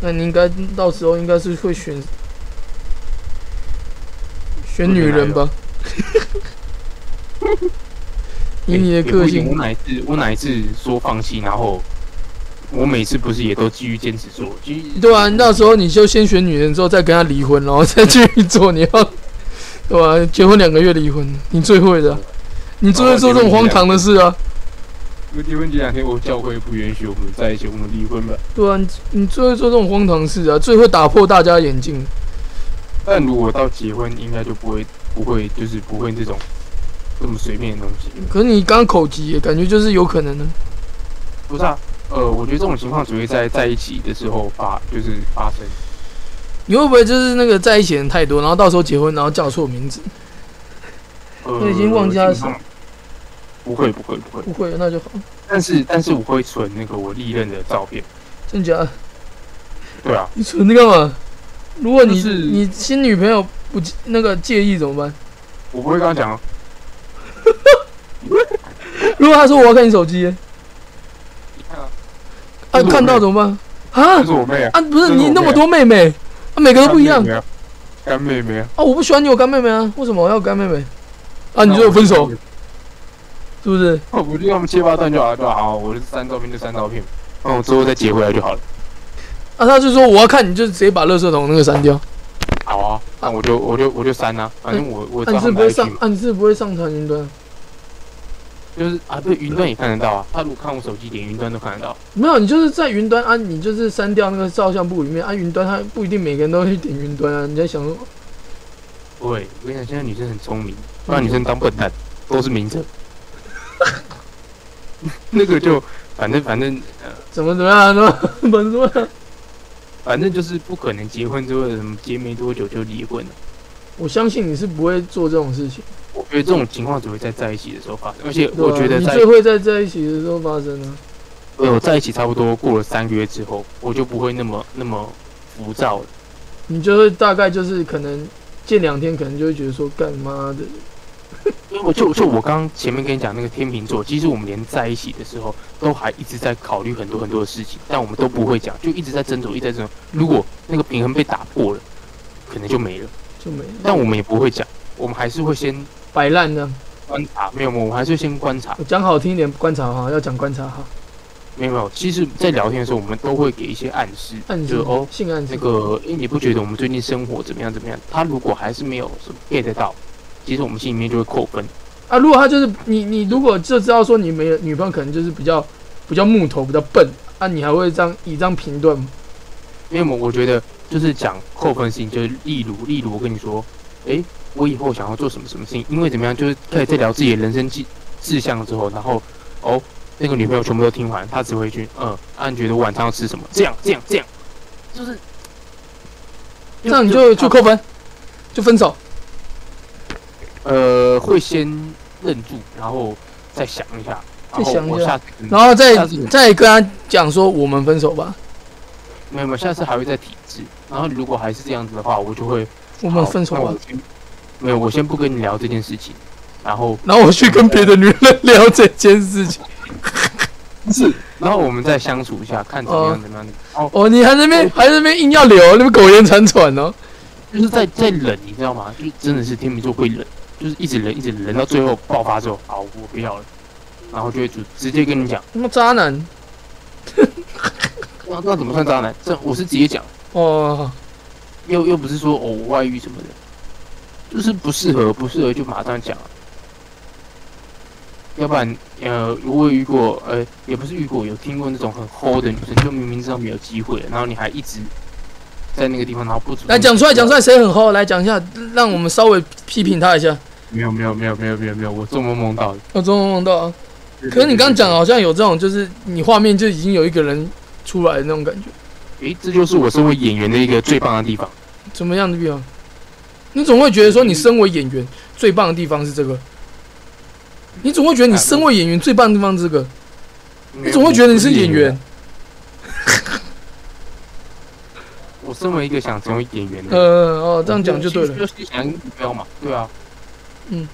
那你应该到时候应该是会选选女人吧？以你哎的也不个一定我性，哪一次我哪一次说放弃，然后我每次不是也都继续坚持做，继续对啊，到时候你就先选女人，之后再跟她离婚，然后再继续做，你要对吧、结婚两个月离婚，你最会的啊、你最会做这种荒唐的事啊！我结婚前两天，我教会不允许我们在一起，我们离婚吧。对啊，你你最会做这种荒唐事啊，最会打破大家眼镜。但如果到结婚，应该就不会不会就是不会这种这么随便的东西。可是你刚刚口急，感觉就是有可能啊的。不是啊，呃，我觉得这种情况只会在在一起的时候发就是发生。你会不会就是那个在一起的人太多，然后到时候结婚，然后叫错名字？呃，我已经忘记他是基本上不会不会不会，不会，那就好。但是但是我会存那个我历任的照片。真假的？对啊，你存着干嘛？如果你、就是你新女朋友不介那个介意怎么办？我不会跟他讲啊。如果他说我要看你手机耶，你看啊，啊，这是我妹看到怎么办？啊这是我妹啊，啊，不这是是我你那妹么啊多妹妹，啊，每个都不一干样妹妹啊，干妹妹啊，啊，我不喜欢你有干妹妹啊，为什么我要有干妹妹？啊，你那就我分手，是不是？我不就跟他们切八段就好了，就好，我就删照片就删照片，嗯，我之后再截回来就好了。啊，他就说我要看你，就直接把垃圾桶那个删掉。好啊，那我就我就我就删啊，反正我我啊，知道你他是不们会 IG 上嘛，，啊，你是不会上传云端？就是啊，对，云端也看得到啊，他如果看我手机，连云端都看得到。没有，你就是在云端啊，你就是删掉那个照相簿里面啊，云端它不一定每个人都会去点云端啊。你在想说，对，我跟你讲，现在女生很聪明，不然女生当笨蛋都是明着。 那个就反正反正呃怎么怎么样，然后怎么怎么样？反正就是不可能结婚之后什么结没多久就离婚了。我相信你是不会做这种事情。我觉得这种情况只会在在一起的时候发生，而且对我吧觉得你在最会在在一起的时候发生啊。我呃在一起差不多过了三个月之后，我就不会那么那么浮躁了。你就会大概就是可能见两天，可能就会觉得说干妈的，因为我就就我刚刚前面跟你讲那个天秤座，其实我们连在一起的时候都还一直在考虑很多很多的事情，但我们都不会讲，就一直在斟酌，一直在斟酌。如果那个平衡被打破了，可能就没了。就没了但我们也不会讲，我们还是会先摆烂呢。观察，没有，我们还是先观察。我讲好听一点，观察哈，要讲观察哈，没有，没有。其实，在聊天的时候，我们都会给一些暗示，暗示就哦，性暗示那。个，哎、你不觉得我们最近生活怎么样怎么样？他如果还是没有什么 get 到，其实我们心里面就会扣分。啊，如果他就是你，你如果就知道说你没有女朋友，可能就是比较比较木头，比较笨啊，你还会这样以这样评断吗？因为我我觉得就是讲扣分事情，就是例如，例如我跟你说，哎、我以后想要做什么什么事情，因为怎么样，就是开始在聊自己的人生志志向之后，然后哦，那个女朋友全部都听完，她只会一句，嗯，啊，你觉得我晚上要吃什么？这样，这样，这样，就是这样你就嗯就她扣分，就分手。呃，会先愣住，然后再想一下，然再后想一我下下次可能然后再下次再跟他讲说我们分手吧，没有没有，下次还会再体制。然后如果还是这样子的话，我就会我们分手好那吧我。先没有，我先不跟你聊这件事情。然后，然后我去跟别的女人聊这件事情。然后我们再相处一呃下，看怎么样怎么样。然后哦，你还在那边还在那边硬要留，那边苟延残喘哦。就是在在忍，你知道吗？就是真的是天秤座会忍，就是一直忍一直忍，忍到最后爆发之后，好，我不要了，然后就会直直接跟你讲，那么渣男那那怎么算渣男？这我是直接讲，哦，又又不是说哦我外遇什么的，就是不适合不适合就马上讲啊。要不然，呃，我有遇过，呃，也不是遇过，有听过那种很齁的女生，就明明知道没有机会了，然后你还一直在那个地方，然后不主动来讲出来讲出来，谁很厚？来讲一下，让我们稍微批评他一下。没有没有没有没有没有没有，我做梦梦到的。我做梦梦到啊。可是你刚刚讲，哦好像有这种，就是你画面就已经有一个人出来的那种感觉，诶，这就是我身为演员的一个最棒的地方。怎么样的地方？你总会觉得说，你身为演员最棒的地方是这个。你总会觉得你身为演员最棒的地方是这个，你总会觉得你是演哎员，我身为一个想成为演员的呃，人，哦，这样讲就对了。就是想目标嘛，对啊，嗯，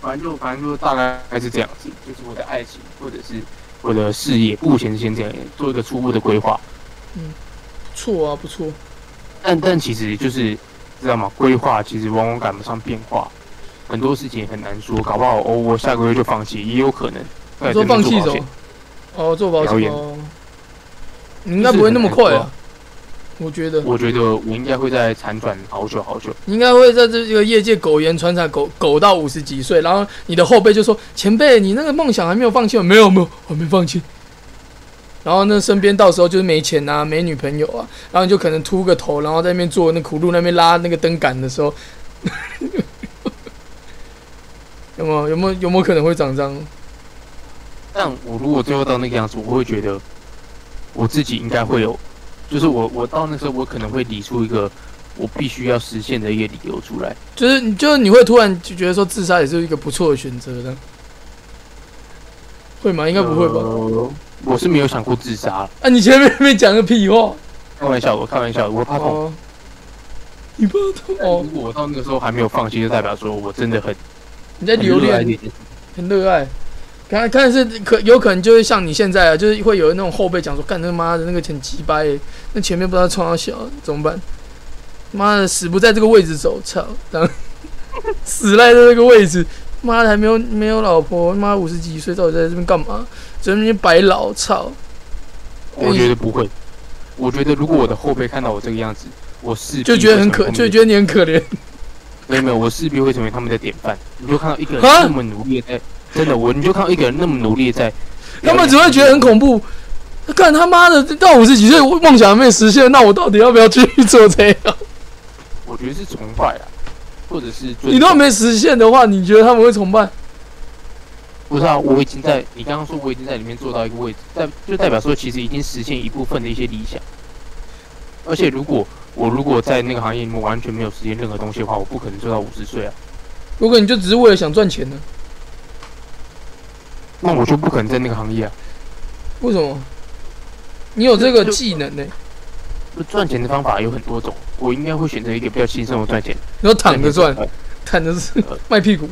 反正就反正就大概是这样子，就是我的爱情或者是我的事业，目前是先这样做一个初步的规划，不错啊，不错。但但其实就是知道吗？规划其实往往赶不上变化，很多事情也很难说，搞不好哦，我下个月就放弃，也有可能。你说放弃对什么？？哦，做保表险演哦，你应该不会那么快啊。我觉得我觉得我应该会在辗转好久好久。你应该会在这个业界苟延残喘，苟苟到五十几岁，然后你的后辈就说：“前辈，你那个梦想还没有放弃吗？”没有，没有，还没放弃。然后那身边到时候就是没钱啊，没女朋友啊，然后你就可能秃个头，然后在那边做那苦路那边拉那个灯杆的时候，有没有有没有有没有可能会长这样？但我如果最后到那个样子，我会觉得我自己应该会有，就是我我到那时候，我可能会理出一个我必须要实现的一个理由出来。就是你就是你会突然就觉得说自杀也是一个不错的选择的，会吗？应该不会吧？呃我是没有想过自杀，啊，你前面没讲个屁话开玩笑，我开玩笑，我怕痛。哦，你不要痛但哦如。果我到那个时候还没有放弃，就代表说我真的很哦你在很留热爱恋，这件事很热爱。看看是可有可能就是像你现在啊，就是会有那种后辈讲说，干他妈的那个很鸡掰欸，那前面不知道冲到小怎么办？妈的，死不在这个位置走，操！ 当死赖在这个位置，妈的还没有没有老婆，妈五十几岁到底在这边干嘛？在那边白老，操！我觉得不嗯会，我觉得如果我的后辈看到我这个样子，我势必就觉得很可，会成为他们就的觉得你很可怜。没有没有，我势必会成为他们的典范。你就看到一个人啊那么努力在，真的我你就看到一个人那么努力在，他们只会觉得很恐怖。干他妈的，到五十几岁梦想还没实现，那我到底要不要继续做这 样？我觉得是崇拜啊，或者是尊你都重没实现的话，你觉得他们会崇拜？不是啊，我已经在你刚刚说我已经在里面做到一个位置，但就代表说其实已经实现一部分的一些理想。而且如果我如果在那个行业里面完全没有实现任何东西的话，我不可能做到五十岁啊，如果你就只是为了想赚钱呢？那我就不可能在那个行业啊。为什么？你有这个技能呢、就赚钱的方法有很多种，我应该会选择一个比较轻松的赚钱。你要躺着赚，呃躺着是呃卖屁股。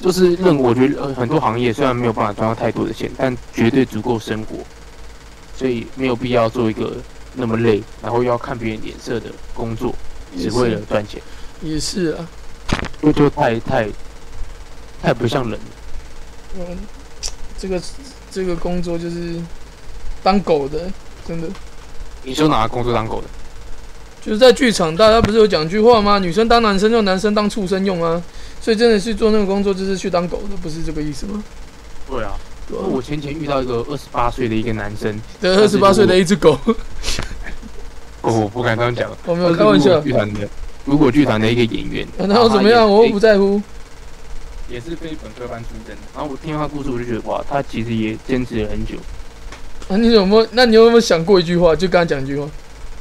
就是任我觉得呃很多行业虽然没有办法赚到太多的钱，但绝对足够生活，所以没有必要做一个那么累，然后又要看别人脸色的工作，只为了赚钱。也是啊，就就太太太不像人了。嗯，这个这个工作就是当狗的，真的你说拿工作当狗的？就是在剧场，大家不是有讲句话吗？女生当男生用，男生当畜生用啊。所以真的是做那个工作，就是去当狗的，不是这个意思吗？对啊，对吧我前前遇到一个二十八岁的一个男生，得二但十是八如岁的果一只狗，哦，我不敢这样讲， 我没有开玩笑但是如果。哎剧团的，如果剧团的一个演员，那又怎么样？我又不在乎。也是被本科班出身的。然后我听他故事，我就觉得哇，他其实也坚持了很久。啊，你有没有？那你有没有想过一句话？就跟他讲一句话，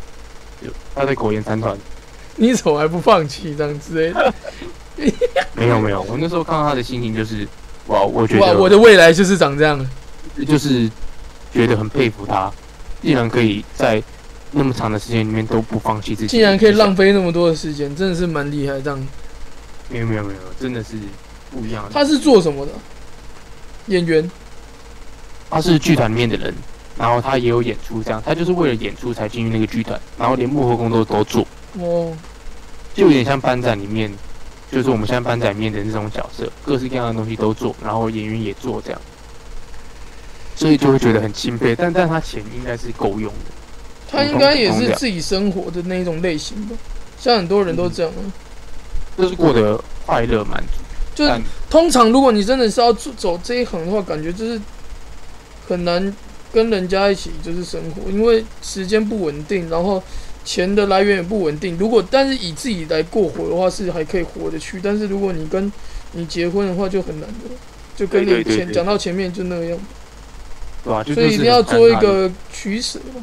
就他在苟延残喘，你怎么还不放弃？这样哎之类的。没有没有，我那时候看到他的心情就是，哇，我觉哇，得我的未来就是长这样。就是觉得很佩服他，竟然可以在那么长的时间里面都不放弃自己，竟然可以浪费那么多的时间，真的是蛮厉害。这样，没有没有没有，真的是不一样的。他是做什么的？演员。他是剧团里面的人，然后他也有演出，这样他就是为了演出才进入那个剧团，然后连幕后工作都做，哦，就有点像班长里面，就是我们现在班长里面的那种角色，各式各样的东西都做，然后演员也做这样，所以就会觉得很钦佩。但但他钱应该是够用的，他应该也是自己生活的那一种类型吧。像很多人都这样啊，就是过得快乐满足。就是但通常如果你真的是要走走这一行的话，感觉就是很难跟人家一起就是生活，因为时间不稳定，然后钱的来源也不稳定。如果但是以自己来过活的话，是还可以活得去，但是如果你跟你结婚的话，就很难的。就跟对对你对前对讲到前面就那样，对吧、就所以一定要做一，个取舍嘛。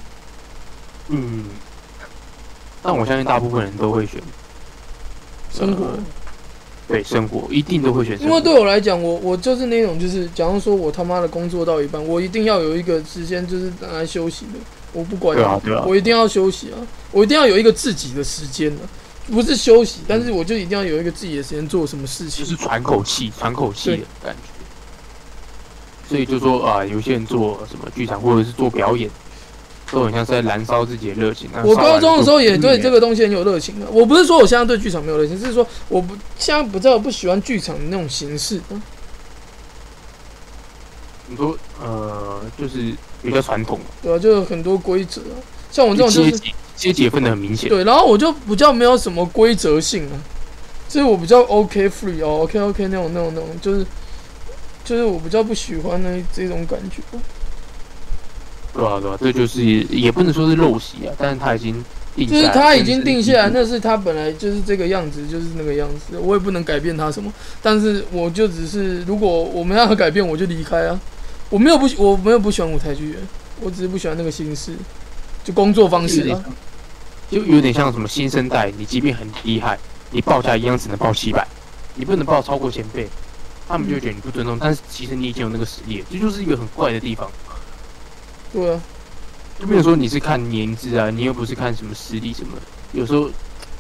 嗯。但我相信大部分人都会选生活，呃对生活，一定都会选生因活。为对我来讲，我我就是那种，就是假如说我他妈的工作到一半，我一定要有一个时间就是拿来休息的，我不管对啊对啊我一定要休息啊，我一定要有一个自己的时间啊，不是休息，但是我就一定要有一个自己的时间做什么事就情是。喘口气、喘口气的感觉。所以就说啊、有些人做什么剧场或者是做表演，都很像是在燃烧自己的热情。那我烧完高中的时候也就嗯对这个东西很有热情啊的，我不是说我现在对剧场没有热情，是说我不现在不知道不喜欢剧场的那种形式。嗯你说呃，就是比较传统嘛，对啊，就有很多规则、啊，像我这种就阶是级阶级也分得很明显。对，然后我就比较没有什么规则性啊，所以我比较 OK free 哦，OK OK 那种那种那种，就是就是我比较不喜欢那这种感觉。对啊对啊，这就是也不能说是陋习啊，但是他已经定就是下来他已经定下来，甚至那是他本来就是这个样子，就是那个样子，我也不能改变他什么。但是我就只是，如果我们要改变，我就离开啊。我没有不喜，我没有不喜欢舞台剧，我只是不喜欢那个形式，就工作方式啊。就有点像什么新生代，你即便很厉害，你报价一样只能报七百，你不能报超过前辈，他们就会觉得你不尊重。但是其实你已经有那个实力了，这就是一个很怪的地方。对啊，就没有说你是看年资啊，你又不是看什么实力什么的，有时候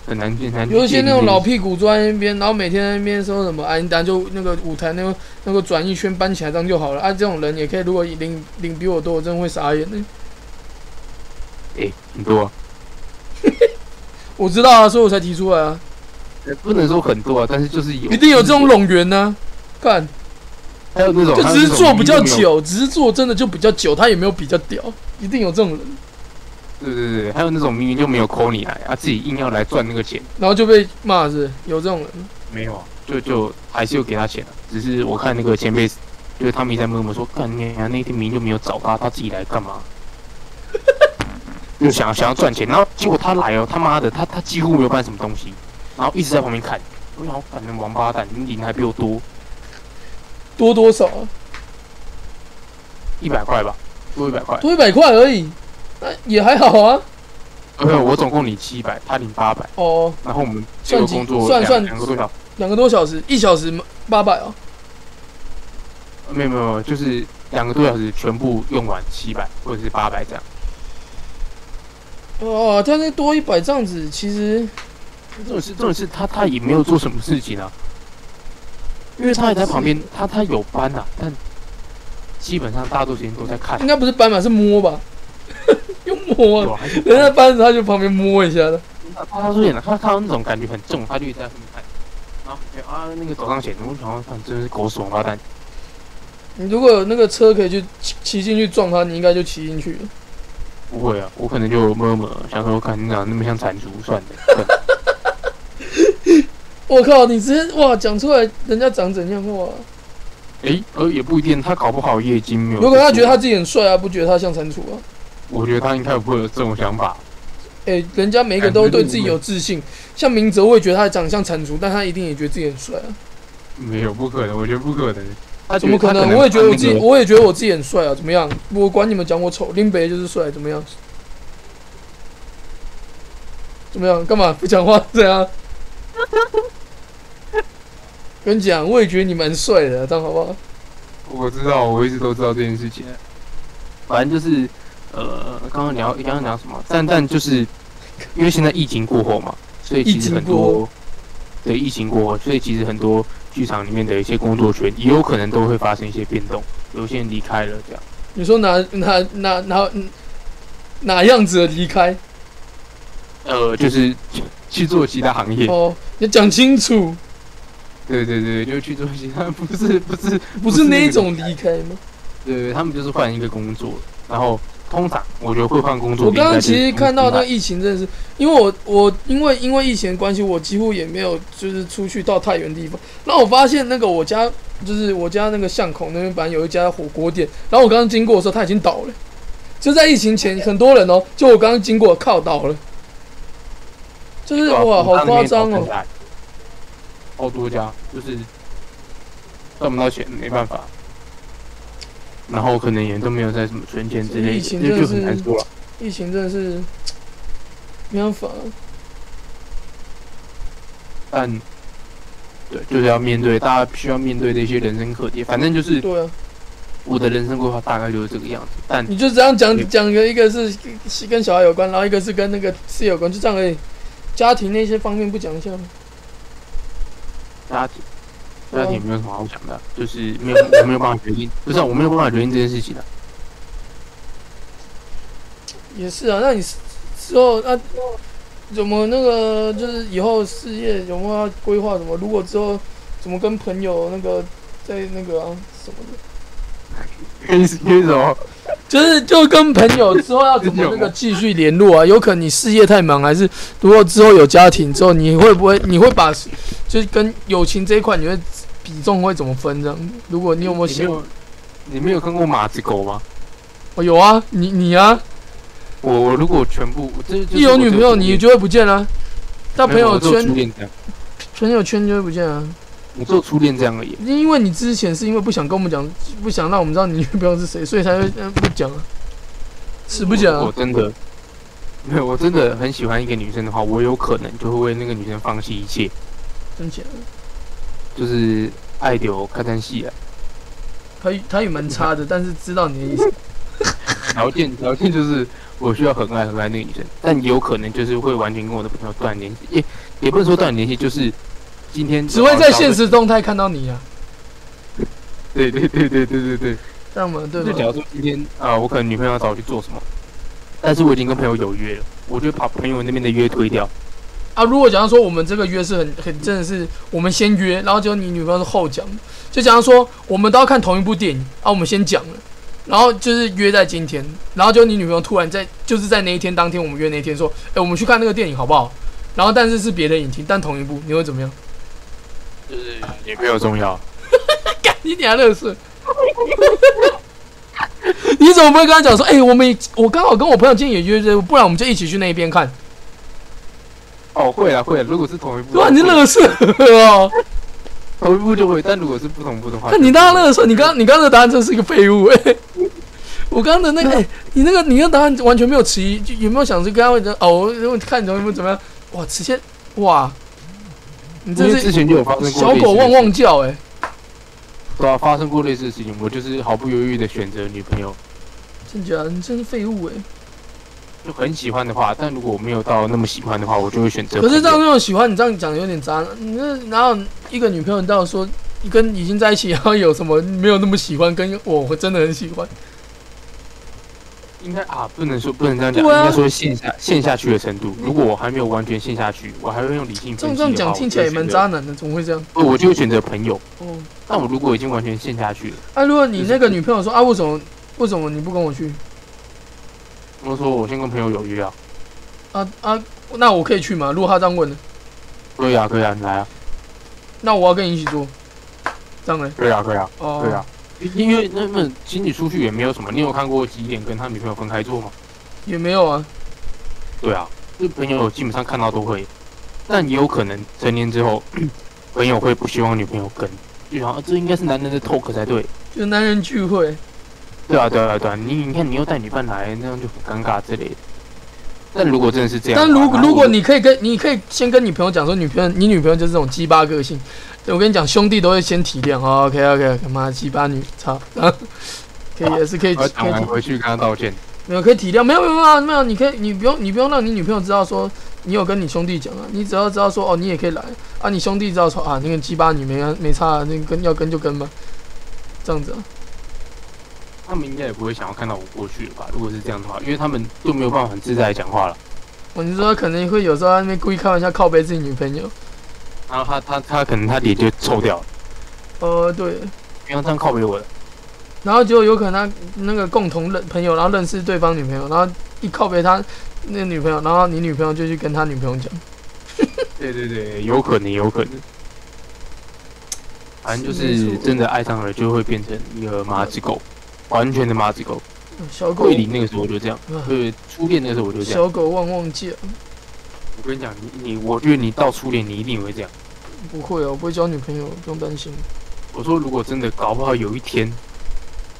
很难很难去有一些界定那种这件老事屁股坐在那边，然后每天在那边说什么啊，你打就那个舞台那个那个转一圈搬起来这样就好了啊。这种人也可以，如果领领比我多，我真的会傻眼。欸哎很多啊，我知道啊，所以我才提出来啊，呃不能说很多啊，但是就是有一定有这种拢员呢、干，还有那种就只是做比较，还有那种久，只是做真的就比较久，他也没有比较屌，一定有这种人，明明就没有对对对，还有那种明明就没有抠你来啊，自己硬要来赚那个钱，然后就被骂是有这种人。没有啊，就就还是有给他钱啊，只是我看那个前辈就是他们一直在默默说，干你啊，那一天明明就没有找他，他自己来干 嘛？就想想要赚钱，然后结果他来哦，他妈的，他他几乎没有办什么东西，然后一直在旁边看，我想反正王八蛋，你领还比我多多多少、啊？一百块吧，多一百块，多一百块而已，那也还好啊。没有，我总共领七百，他领八百，哦，然后我们这个算几工作算两算两个多小时，两个多小时，一小时八百哦。没有没有没有，就是两个多小时全部用完七百或者是八百这样。哦，但是多一百这样子，其实这种事，这种事他他也没有做什么事情啊，因为他也在旁边，他他有班啊，但基本上大多时间都在看应，该不是斑马，是摸吧？ 用摸啊，哇，还是人家班他就旁边摸一下的。他他说演了，他看到那种感觉很重，他就一直在后面看，然后就啊那个走上前，我想要看真是狗屎王八蛋，你如果有那个车可以去骑骑进去撞他，你应该就骑进去了。不会啊，我可能就摸摸，想说看你长那么像蟾蜍，算了，我靠，你直接哇讲出来，人家长怎样哇？哎呃也不一定，他搞不好业绩没有，如果他觉得他，自己很帅啊，不觉得他像蟾蜍啊？我觉得他应该不会有这种想法，哎、人家每一个都对自己有自信，像明哲，我也觉得他长得像蟾蜍，但他一定也觉得自己很帅啊。没有不可能，我觉得不可能，他怎么可他能？我也觉得我自己，看那个我也觉得我自己很帅啊！怎么样？我管你们讲我丑，林北就是帅，怎么样？怎么样？干嘛不讲话？这样？跟你讲，我也觉得你蛮帅的，这样好不好？我知道，我一直都知道这件事情。反正就是，呃，刚刚聊，刚刚聊什么？但但就是，因为现在疫情过后嘛，所以其实很疫情过多，对疫情过后，所以其实很多剧场里面的一些工作圈，也有可能都会发生一些变动，有些人离开了这样。你说哪哪哪哪哪样子的离开？呃，就是去去做其他行业，哦，你讲清楚，对对对，就去做其他，不是不是不是那一种离开吗？对，他们就是换一个工作，然后通常我觉得会换工作。我刚刚应该就是其实看到那公个司疫情，真的是因为我我因为因为疫情的关系，我几乎也没有就是出去到太远的地方。然后我发现那个我家就是我家那个巷口那边本来有一家火锅店，然后我刚刚经过的时候，它已经倒了。就在疫情前，很多人哦，就我刚刚经过，靠倒了，就是对啊哇，我好看那夸边张倒哦腾！下来，好多家就是赚不到钱，没办法。然后可能也都没有在什么存钱之类疫情的，就真的就是很难说了。疫情真的是没办法，但对，就是要面对大家需要面对的一些人生课题。反正就是对啊，我的人生规划大概就是这个样子。但你就这样对讲讲个，一个是是跟小孩有关，然后一个是跟那个事业有关，就这样而已。家庭那些方面不讲一下吗？家庭，家庭没有什么好讲的，就是没有我没有办法决 定，不是啊、我没有办法决定这件事情啊的、也是啊，那你是之后那怎么那个就是以后事业有没有要规划什么？如果之后怎么跟朋友那个在那个、啊、什么的，因为因为什么？就是就跟朋友之后要怎么那个继续联络啊？有可能你事业太忙，还是如果之后有家庭之后，你会不会你会把就是跟友情这一块你会比重会怎么分这样？如果你有没有你没想？有你没有看过马子狗吗？哦，有啊，你你啊，我我如果全部我这就是一有我女这朋个友主意你就会不见了、到朋没有友我只有初圈恋这样，朋友圈就会不见啊。我做初恋这样而已。因为你之前是因为不想跟我们讲，不想让我们知道你女朋友是谁，所以才会呃不讲啊，是不讲我啊？真的没有，我真的很喜欢一个女生的话，我有可能就会为那个女生放弃一切，真假的？就是爱丢看看戏啊。他他也蛮差的，但是知道你的意思。条件条件就是我需要很爱很爱那个女生，但有可能就是会完全跟我的朋友断联系，也也不是说断联系，就是今天只会在现实动态看到你啊，对对对对对对对，这样吗？对就假吗？如说今天啊、我可能女朋友要找我去做什么，但是我已经跟朋友有约了，我就把朋友那边的约推掉。啊，如果假如说我们这个约是很很真的是我们先约，然后结果你女朋友是后讲，就假如说我们都要看同一部电影啊，我们先讲了，然后就是约在今天，然后结果你女朋友突然在就是在那一天当天我们约那一天说，哎、我们去看那个电影好不好？然后但是是别的影厅，但同一部，你会怎么样？就是啊女朋友重要，干你娘乐事！ 你怎么不会跟他讲说，哎、我们也我刚好跟我朋友今天也约着，不然我们就一起去那边看？哦，会啦会啦，如果是同一部，对吧？啊你乐事哦，同一部就会，但如果是不同步的话，看你当然乐事，你刚你刚刚的答案真是一个废物哎、我刚刚的那个，哎、你那个你那个答案完全没有迟疑，就有没有想着跟他会讲哦？我我看你怎么怎么样？哇，直接哇，你因真为之是前就有发生过小类似狗的汪事汪叫哎、对啊，发生过类似的事情，我就是毫不犹豫的选择女朋友，真假的？你真是废物哎、就很喜欢的话，但如果我没有到那么喜欢的话，我就会选择。可是这样，那种喜欢你这样讲有点渣，你这哪有一个女朋友到说你跟已经在一起，然后有什么没有那么喜欢，跟我我真的很喜欢，应该啊，不能说不能这样讲，对啊应该说陷下陷下去的程度。如果我还没有完全陷下去，我还会用理性这分析样这样讲听起来也蛮渣脏。男的，怎么会这样？不我就会选择朋友。哦，但我如果已经完全陷下去了，啊，如果你那个女朋友说啊，为什么为什么你不跟我去？我说我先跟朋友有约啊，啊啊，那我可以去吗？如果她这样问呢，可以啊，可以啊，你来啊，那我要跟你一起做，这样嘞？可以啊，可以啊，哦，可以啊。因因为那么情侣出去也没有什么，你有看过几点跟他女朋友分开做吗？也没有啊，对啊，就是朋友基本上看到都会，但也有可能成年之后， 朋友会不希望女朋友跟，就想、啊、这应该是男人的 talk 才对。就男人聚会，对啊，对啊，对啊，你你看你又带女伴来，那样就很尴尬之类的。但如果真的是这样但的话，如果那我如果你可以跟你可以先跟你朋友讲说，女朋友你女朋友就是这种鸡巴个性，对我跟你讲，兄弟都会先体谅。哦、OK OK，他妈鸡巴女，操， 啊可以也是可以我可要以讲完体回去跟他道歉，没有可以体谅，没有没有没有没有，你可以你不用你不用让你女朋友知道说你有跟你兄弟讲啊，你只要知道说哦你也可以来啊，你兄弟知道说啊那个鸡巴女没没差、啊，那个跟要跟就跟吧，这样子啊，他们应该也不会想要看到我过去了吧？如果是这样的话，因为他们就没有办法很自在地讲话了。我哦你说可能会有时候在那边故意开玩笑靠背自己女朋友，然后他他他可能他脸就臭掉了，呃对，因为他这样靠背我的，然后就有可能他那个共同认朋友，然后认识对方女朋友，然后一靠别他那个女朋友，然后你女朋友就去跟他女朋友讲，对对对，有可能，有可能。反正就是没是错真的爱上了，就会变成一个麻子狗，完全的麻子狗。嗯小狗桂，林那个时候就这样，啊对，初恋那个时候我就这样。小狗汪汪叫，我跟你讲，你你，我觉得你到初恋你一定也会这样。不会哦，我不会交女朋友，不用担心。我说，如果真的搞不好有一天，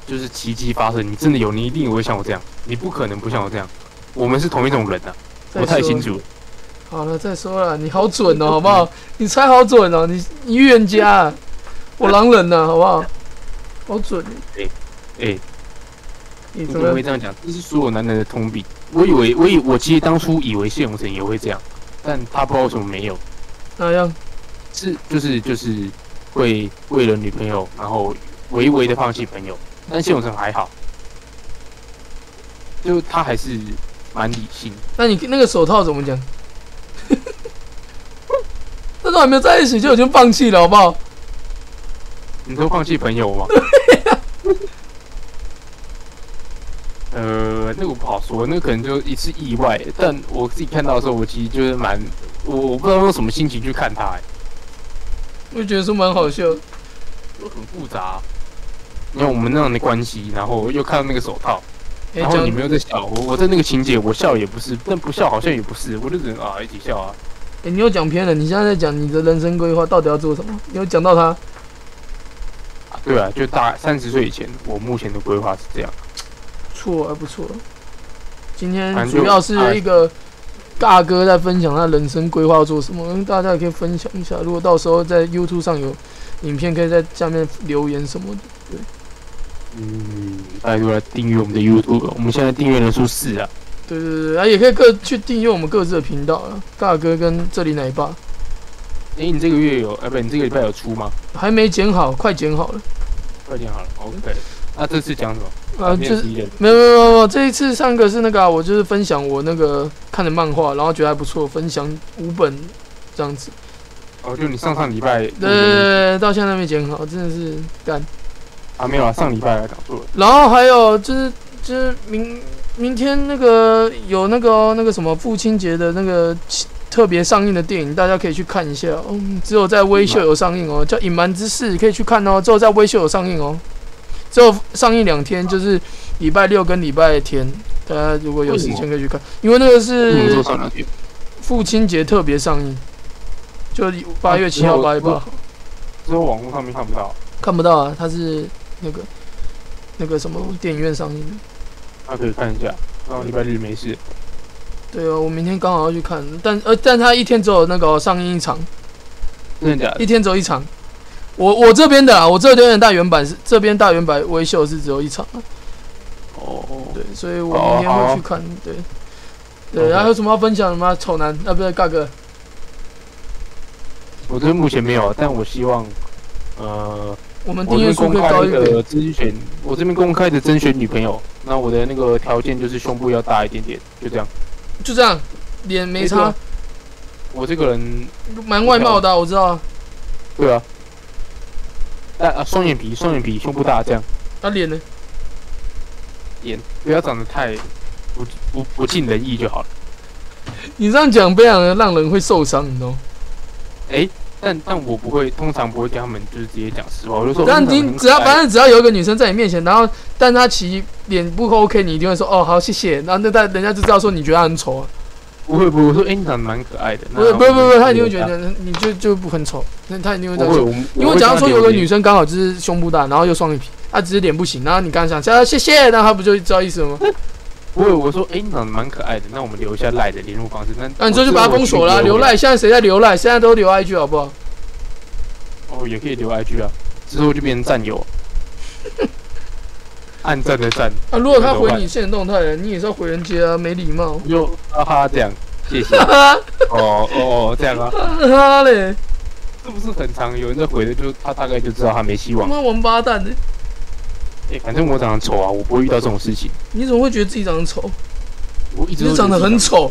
就是奇迹发生，你真的有，你一定也会像我这样，你不可能不像我这样。我们是同一种人呐、啊再我太说清楚了。好了，再说了，你好准哦，好不好？ 你猜好准哦，你你预言家啊、我狼人呢、好不好？好准，哎、你你怎怎么么会这样讲？这是所有男人的通病。我以为，我以我其实当初以为谢永成也会这样，但他不知道为什么没有。那样？是就是就是会为了女朋友，然后微微的放弃朋友。但谢永成还好，就他还是蛮理性。那你那个手套怎么讲？ 那时候还没有在一起就已经放弃了，好不好？你都放弃朋友吗？啊呃，那个我不好说，那可能就一次意外。但我自己看到的时候，我其实就是蛮，我我不知道用什么心情去看他、欸，我就觉得说蛮好笑的。就很复杂。因为我们那样的关系，然后又看到那个手套，哎、然后讲你们又在笑，我我在那个情节我笑也不是，但不笑好像也不是，我就只能啊一起笑啊。欸，你又讲偏了，你现在在讲你的人生规划到底要做什么？你有讲到他，啊对啊，就大三十岁以前，我目前的规划是这样。不错啊，不错。今反天正主就要是哎一个大哥在分享他人生规划要做什么，嗯大家也可以分享一下。如果到时候在 YouTube 上有影片，可以在下面留言什么的。嗯，拜托来订阅我们的 YouTube，我们现在订阅人数四啊，对对对，啊，也可以各去订阅我们各自的频道了。大哥跟这里奶爸哎、你这个月有，哎、不，你这个礼拜有出吗？还没剪好，快剪好了。快点好了，OK。那、这次讲什么？啊，面就是试一人嗯没有没有没有没有，这一次上课是那个、啊，我就是分享我那个看的漫画，然后觉得还不错，分享五本这样子。哦，就你上上礼拜对对对对，到现在还没剪好，真的是干。啊，没有啊，上礼拜讲错了。然后还有就是就是明明天那个有那个哦、那个什么父亲节的那个特别上映的电影，大家可以去看一下哦。嗯只有在微秀有上映哦，叫《隐瞒之事》，可以去看哦。只有在微秀有上映哦，只有上映两天，就是礼拜六跟礼拜天。大家如果有时间可以去看，因为那个嗯，是做上两天。父亲节特别上映，就八月七号、八月八号。之后网络上面看不到，看不到啊，它是那个那个什么电影院上映的。大家可以看一下。然后礼拜日没事。对啊，我明天刚好要去看，但呃，但它一天只有那个上映一场，真的假一的？天只有一场。我我这边的啊，我这边的大原版是这边大原版微秀是只有一场啊，哦，对，所以我明天会去看，对。对， OK 然后有什么要分享的吗？丑男啊，不是尬哥，我这目前没有，啊但我希望，呃，我们我订这边阅数公会开高一点。的甄选，我这边公开的甄选女朋友，那我的那个条件就是胸部要大一点点，就这样。就这样，脸没没差错，我这个人，蛮外貌的啊、我知道啊。对啊，但啊双眼皮，双眼皮，胸部大，这样他啊脸呢？不要长得太不不不尽人意就好了。你这样讲非常的让人会受伤，你知道吗？但但我不会，通常不会跟他们就是直接讲实话，我就说。但哦你只要反正只要有一个女生在你面前，然后但她其实脸不 OK，你一定会说哦好谢谢，然后那但人家就知道说你觉得她很丑啊，不会不会，我说哎、你长得蛮可爱的。不是不是不是，她一定会觉得你就就不很丑，那她一定会这啊不样会，说。我因为假如说有个女，生刚好就是胸部大，然后又双眼皮，她只是脸不行，然后你刚想啊谢谢，那她不就知道意思了吗？不会我说哎、你长得蛮可爱的，那我们留一下赖的联络方式。那哦那你这就把她封锁了啊，留赖。现在谁在留赖？现在都留 IG 好不好？哦，也可以留 IG 啊，之后就变成战 友。暗战的战，啊，如果她回你现实动态了，你也是要回人家啊，没礼 貌。就哈哈这样，谢 谢。哦哦，这样啊，他嘞，是不是很常有人在回的，就他大概就知道他没希他望。妈王八蛋的，哎，反正我长得丑啊，我不会遇到这种事情。你怎么会觉得自己长得丑？我一直你长得很丑。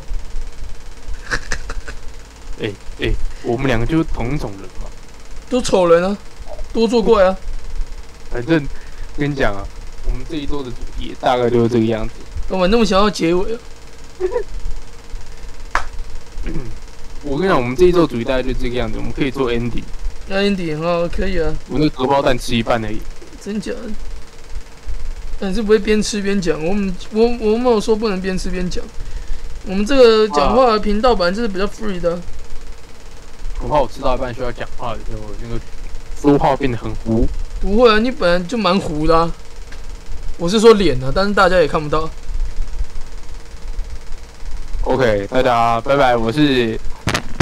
哎哎，我们两个就是同一种人嘛。都丑人啊，多作怪啊。反正跟你讲啊，我们这一周的主题大概就是这个样子。干嘛那么想要结尾啊？我跟你讲，我们这一周主题大概就是这个样子。我们可以做 ending，那 Andy 哈可以啊，我那个荷包蛋吃一半而已。真假的？但是不会边吃边讲，我们我我没有说不能边吃边讲。我们这个讲话的频道本来就是比较 free 的啊，恐怕我吃到一半需要讲话的时候，那个说话变得很糊。不会啊，你本来就蛮糊的、啊。我是说脸啊，但是大家也看不到。 OK，大家拜拜，我是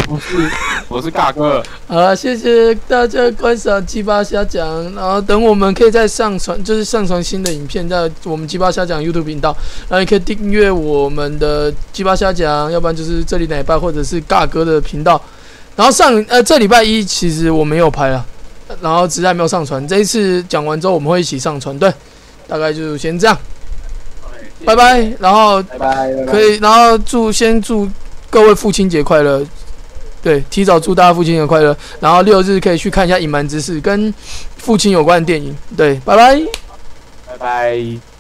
我是我是尬哥，好了，谢谢大家观赏鸡巴瞎讲，然后等我们可以再上传，就是上传新的影片在我们鸡巴瞎讲 YouTube 频道，然后你可以订阅我们的鸡巴瞎讲，要不然就是这里奶爸或者是尬哥的频道。然后上呃这礼拜一其实我没有拍啊，然后只是还没有上传，这一次讲完之后我们会一起上传，对，大概就先这样，拜拜，然后拜拜，拜拜可。以，然后祝先祝各位父亲节快乐，对，提早祝大家父亲节快乐。然后六日可以去看一下《隐瞒之事》，跟父亲有关的电影。对，拜拜。拜拜。